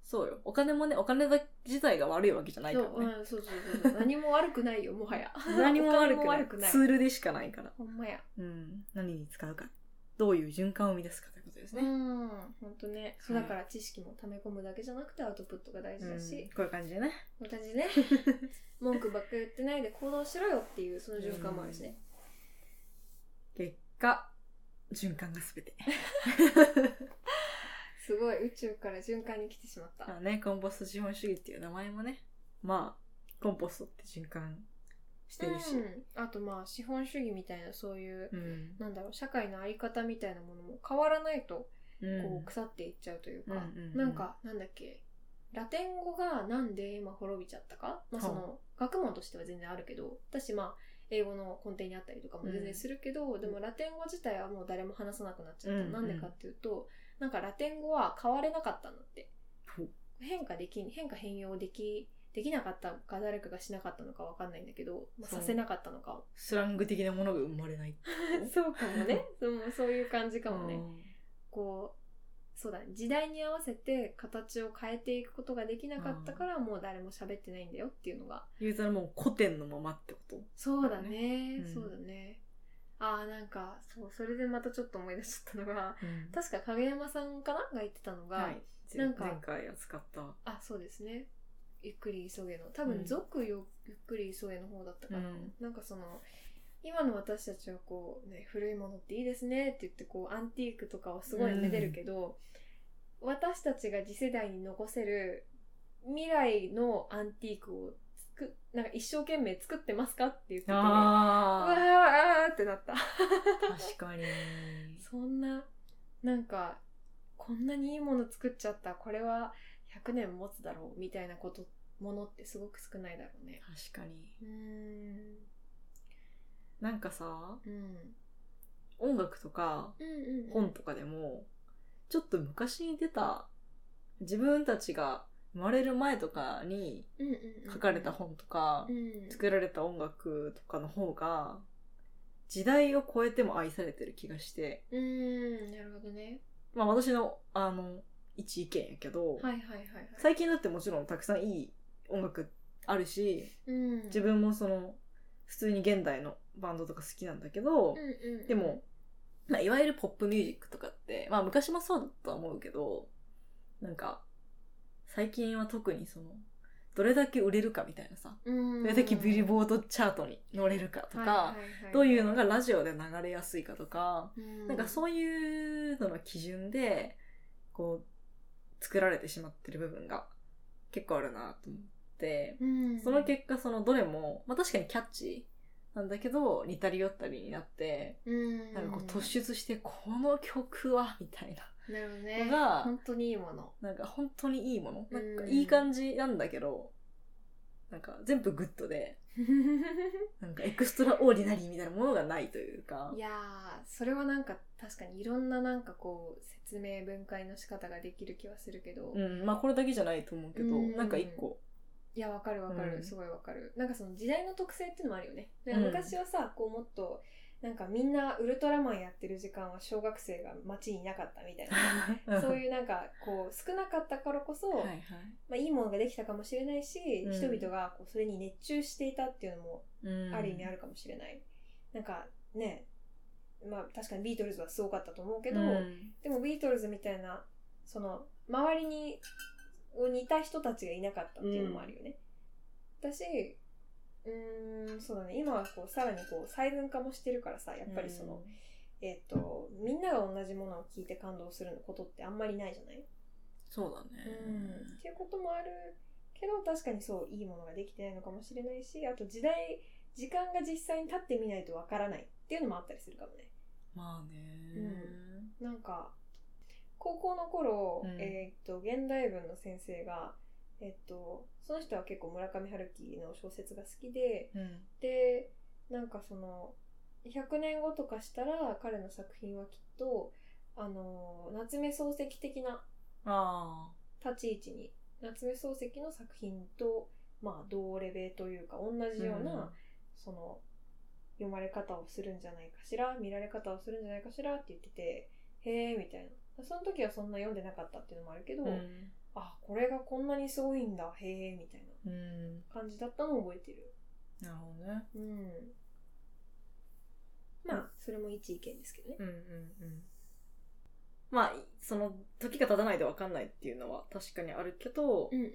そうよお金もねお金だ自体が悪いわけじゃないかそらねう,、うん、そうそうそうそう 何も悪くないよもはや何も悪くお金ないツールでしかないから、ほんまやうん、何に使うかどういう循環を生み出すかということですうね、んほんとねそうだから知識も溜め込むだけじゃなくてアウトプットが大う事んだこし、ういう感じでね私ね 文句ばっか言ってないで行動しろよっていうその循環もあるしね、結果循環が全てすごい宇宙から循環に来てしまった、まあねコンポスト資本主義っていう名前もねまあコンポストって循環してるし、うん、あとまあ資本主義みたいなそういう、うんなんだろう社会の在り方みたいなものも変わらないとうんこう腐っていっちゃうというか、うんうんうんなんかなんだっけラテン語がなんで今滅びちゃったか、まあ、その学問としては全然あるけど私まあ英語の根底にあったりとかも全然するけど、でもラテン語自体はもう誰も話さなくなっちゃった、うんうんなんでかっていうとなんかラテン語は変われなかったんだってほう変化できん変化変容できできなかったか誰かがしなかったのかわかんないんだけど、まあ、そうさせなかったの かもスラング的なものが生まれない。そうかもね そうそういう感 じかもね、うんこうそうだね時代に合わせて形を変えていくことができなかったから、もう誰も喋ってないんだよっていうのが言うたらもう古典のままってことそうだね、うんそうだねああなんかそうそれでまたちょっと思い出しちゃったのがうん確か影山さんかなんが言ってたのが、はい。前なんか前回扱った。あそうですねゆっくり急げの多う分ん俗よゆっくり急げの方だったかな、うんなんかその今の私たちはこう、ね、古いものっていいですねって言ってこうアンティークとかをすごいめでるけど、私たちが次世代に残せる未来のアンティークを作なんか一生懸命作ってますかって言ってて、うわあーってなったあ、確かに。そんななんかこんなにいいもの作っちゃったこれは100年持つだろうみたいなことものってすごく少ないだろうね確かに。うーんなんかさ、うんうん音楽とかうんうん本とかでも、ちょっと昔に出た、自分たちが生まれる前とかにうんうんうん書かれた本とかう、ん作られた音楽とかの方が、時代を超えても愛されてる気がして、うーんなるほどねまあ私の、あの、一意見やけど、はいはいはいはい最近だってもちろんたくさんいい音楽あるし、うん自分もその、普通に現代のバンドとか好きなんだけど、うんうんうんでも、まあ、いわゆるポップミュージックとかって、まあ昔もそうだとは思うけど、なんか、最近は特にその、どれだけ売れるかみたいなさ、うんどれだけビリボードチャートに乗れるかとか、はいはいはいどういうのがラジオで流れやすいかとか、うなんかそういうのの基準で、こう、作られてしまってる部分が結構あるなと思って、うんその結果そのどれも、まあ確かにキャッチーなんだけど、似たり寄ったりになって、うんなんかこう突出して、この曲は、みたいな なるほどねのが本当にいいものなんか本当にいいもの。なんかうんいい感じなんだけど、なんか全部グッドで、なんかエクストラオーディナリーみたいなものがないというかい、やーそれはなんか確かにいろんななんかこう説明分解の仕方ができる気はするけど、ういん、まあこれだけじゃないと思うけど、うんなんか一個、やわかるわかる、うんすごいわかるなんかその時代の特性っていうのもあるよねんなんか昔はさこうもっとなんかみんなウルトラマンやってる時間は小学生が街にいなかったみたいな そうういうなんかこう少なかったからこそ、 ん。はいいはい。まあ、いいものができたかもしれないし、うん人々がこうそれに熱中していたっていうのもうんある意味あるかもしれない、なんかねまあ確かにビートルズはすごかったと思うけど、うんでもビートルズみたいなその周りにを似た人たちがいなかったっていうのもあるよね。だしうーんそうだね今はこうさらにこう細分化もしてるからさやっぱりその、、えっ、とみんなが同じものを聞いて感動することってあんまりないじゃない、そうだね。っていうこともあるけど確かにそういいものができてないのかもしれないしあと時代時間が実際に経ってみないとわからないっていうのもあったりするかもね。まあね。なんか高校の頃、うんえーっと現代文の先生が、えっとその人は結構村上春樹の小説が好きでうん。でなんかその100年後とかしたら彼の作品はきっとあの夏目漱石的なあ立ち位置に夏目漱石の作品と、まあ、同レベルというか同じような、うんその読まれ方をするんじゃないかしら見られ方をするんじゃないかしらって言っててへえみたいなその時はそんな読んでなかったっていうのもあるけあ。ど、うん。あこれがこんなにすごいんだへえみたいうん。な感じだったのを覚えてるなるほどね。うんまあそれも一意見ですけどねうんうんうん。まあ、いその、時が経たないと分かんないっていうのは確かにあるけど、うんうん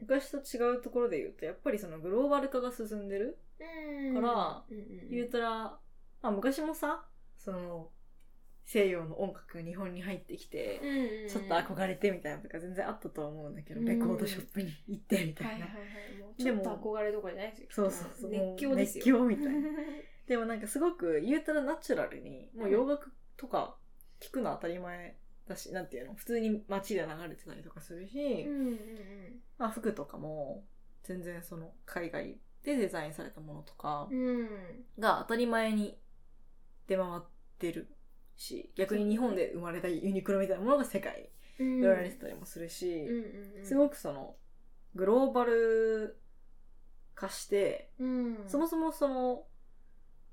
昔と違うところで言うと、やっぱりそのグローバル化が進んでる。うんからうんうん言うたら、まあ昔もさ、その、西洋の音楽が日本に入ってきてう、んうんうんちょっと憧れてみたいなのとか全然あったとは思うんだけど、うんレコードショップに行ってみたいはな。いはいはいもうちでょもっと憧れどころじゃないですよそうそうそう。熱狂ですよ熱狂みたいな。でもなんかすごく言うたらナチュラルに、もう洋楽とか聞くの当たり前だし、なんていうの、普通に街で流れてたりとかするし、 うんうんうんまあ服とかも全然その海外でデザインされたものとかうんが当たり前に出回ってるし、逆に日本で生まれたユニクロみたいなものが世界うんに売られてたりもすうるんし、うんうんすごくその、グローバル化して、うんそもそもその、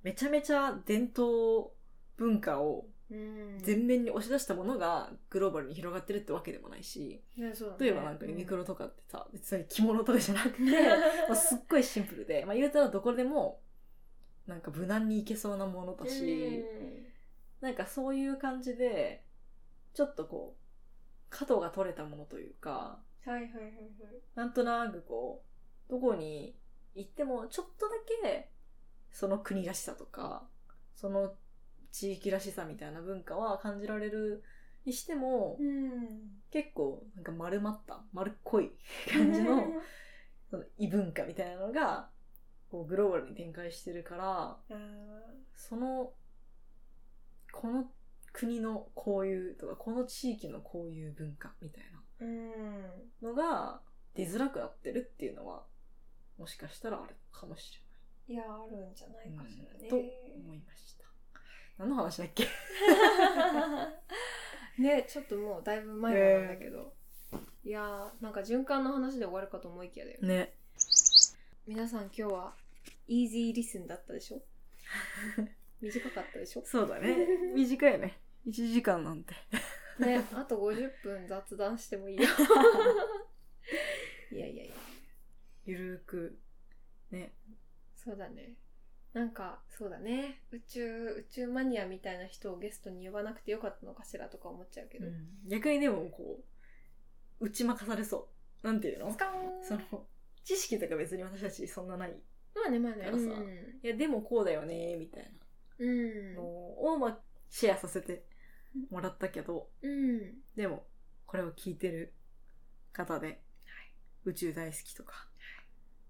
めちゃめちゃ伝統文化をうん全面に押し出したものがグローバルに広がってるってわけでもないし、ねそうだね例えばなんかユニクロとかってさ、別に着物とかじゃなくて、うん まあすっごいシンプルで、まあ言うたらどこでも、なんか無難にいけそうなものだし、なんかそういう感じで、ちょっとこう、角が取れたものというか、うんはいはいはいはいなんとなくこう、どこに行ってもちょっとだけ、その国らしさとか、その地域らしさみたいな文化は感じられるにしても、うん結構なんか丸まった、丸っこい感じのその異文化みたいなのが、こうグローバルに展開してるから、 あーその、この国のこういうとか、この地域のこういう文化みたいうんなのが出づらくなってるっていうのは、もしかしたらあるかもしいやあるんじゃないかしらね、とれない。思いました。何の話だっけ ねちょっともうだいぶ前なんだけど、いやーなんか循環の話で終わるかと思いきやだよ、ね。皆さん今日はイージーリスンだったで しょ短かったでしょそうだね。短いね。1時間なんて。ねあと50分雑談してもいいよ いやいやいやゆるーく。ね。そうだねなんかそうだね宇宙宇宙マニアみたいな人をゲストに呼ばなくてよかったのかしらとか思っちゃうけど、逆にでもこう、打ち負かされそう。なんていうのスカーンその、知識とか別に私たちそんなない。まあねまあねだからさうんいや、でもこうだよね、みたいな。うんのを、まあ、シェアさせてもらったけど、うんでも、これを聞いてる方で、宇宙大好きとか、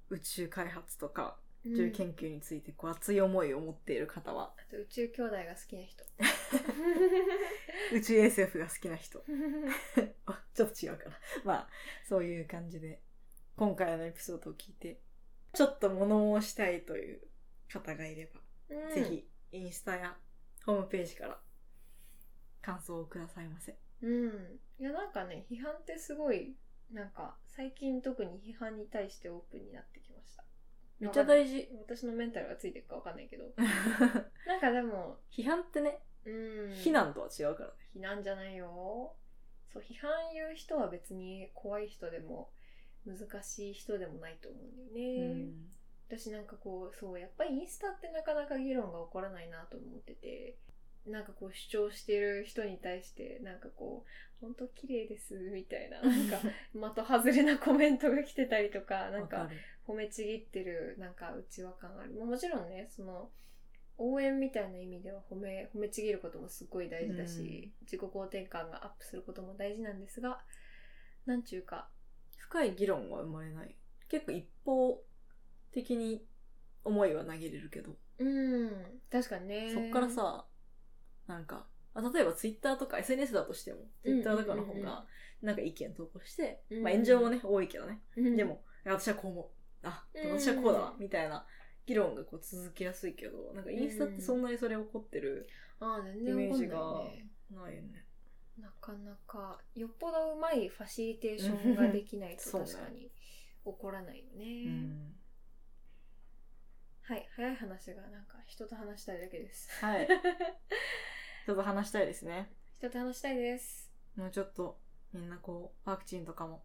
宇宙開発とか、うん宇宙研究についてこう熱い思いを持っている方は、あと宇宙兄弟が好きな 人宇宙 SF が好きな人、 あちょっと違うかな。まあ、そういう感じで、今回のエピソードを聞いて、ちょっと物申したいという方がいれば、うんぜひ、インスタやホームページから感想をくださいませ。うんいやなんかね批判ってすごいなんか最近特に批判に対してオープンになってきましためっちゃ大事。私のメンタルがついてるかわかんないけどなんかでも 批判ってね、うん非難とは違うからね。非難じゃないよそう批判言う人は別に怖い人でも難しい人でもないと思うんだよね、私なんかこうそうやっぱりインスタってなかなか議論が起こらないなと思っててなんかこう主張してる人に対してなんかこう「本当綺麗です」みたいななん か的外れなコメントが来てたりとかなんわかる褒めちぎってるなんか内輪感ある、まあもちろんねその応援みたいな意味では褒め褒めちぎることもすごい大事だし、自己肯定感がアップすることも大事なんですがなんちゅうか深い議論は生まれない。結構一方的に思いは投げれるけど、うん確かにねそっからさ、なんか、あ例えばツイッターとか SNS だとしても、ツイッターとかの方うんうんうんうんが、なんか意見投稿して、うんまあ炎上もね、多いけどね。うんでも、いや私はこう思う。あ、うん私はこうだな、みたいな議論がこう続きやすいけど、なんかインスタってそんなにそれ起こってる、ああ全然わかんないねないよね。なかなかよっぽどうまいファシリテーションができないとそうね確かに起こらないよね、うんはい早い話がなんか人と話したいだけですはい。ちょっと話したいですね。 人と話したいですもうちょっとみんなこうワクチンとかも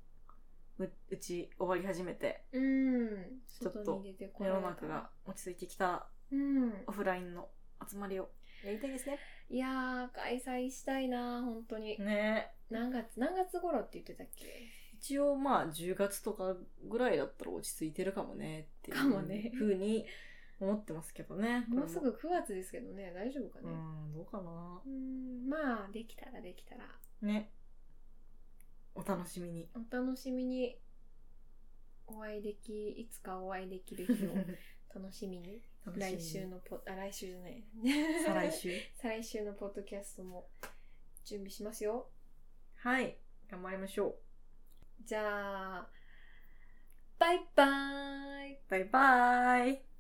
ううち終わり始めてうんちょっと外に出てこ世られのた中が落ち着いてきたうんオフラインの集まりをやりたいですね。いやー開催したいなー本当に、ね何月何月頃って言ってたっけ一応まあ10月とかぐらいだったら落ち着いてるかもねっていかもねうふうに思ってますけどね。もうすぐこ9月ですけどね大丈夫かれねも。うん、どうかなう。んまあできたらできたらね。お楽しみ に。お楽しみにお会いできいつかお会いできる日 を楽しみに楽しみに来週のポあ来週じゃない再来週。 再来週のポッドキャストも準備しますよはい。頑張りましょう。じゃあバイバーイバイバーイ。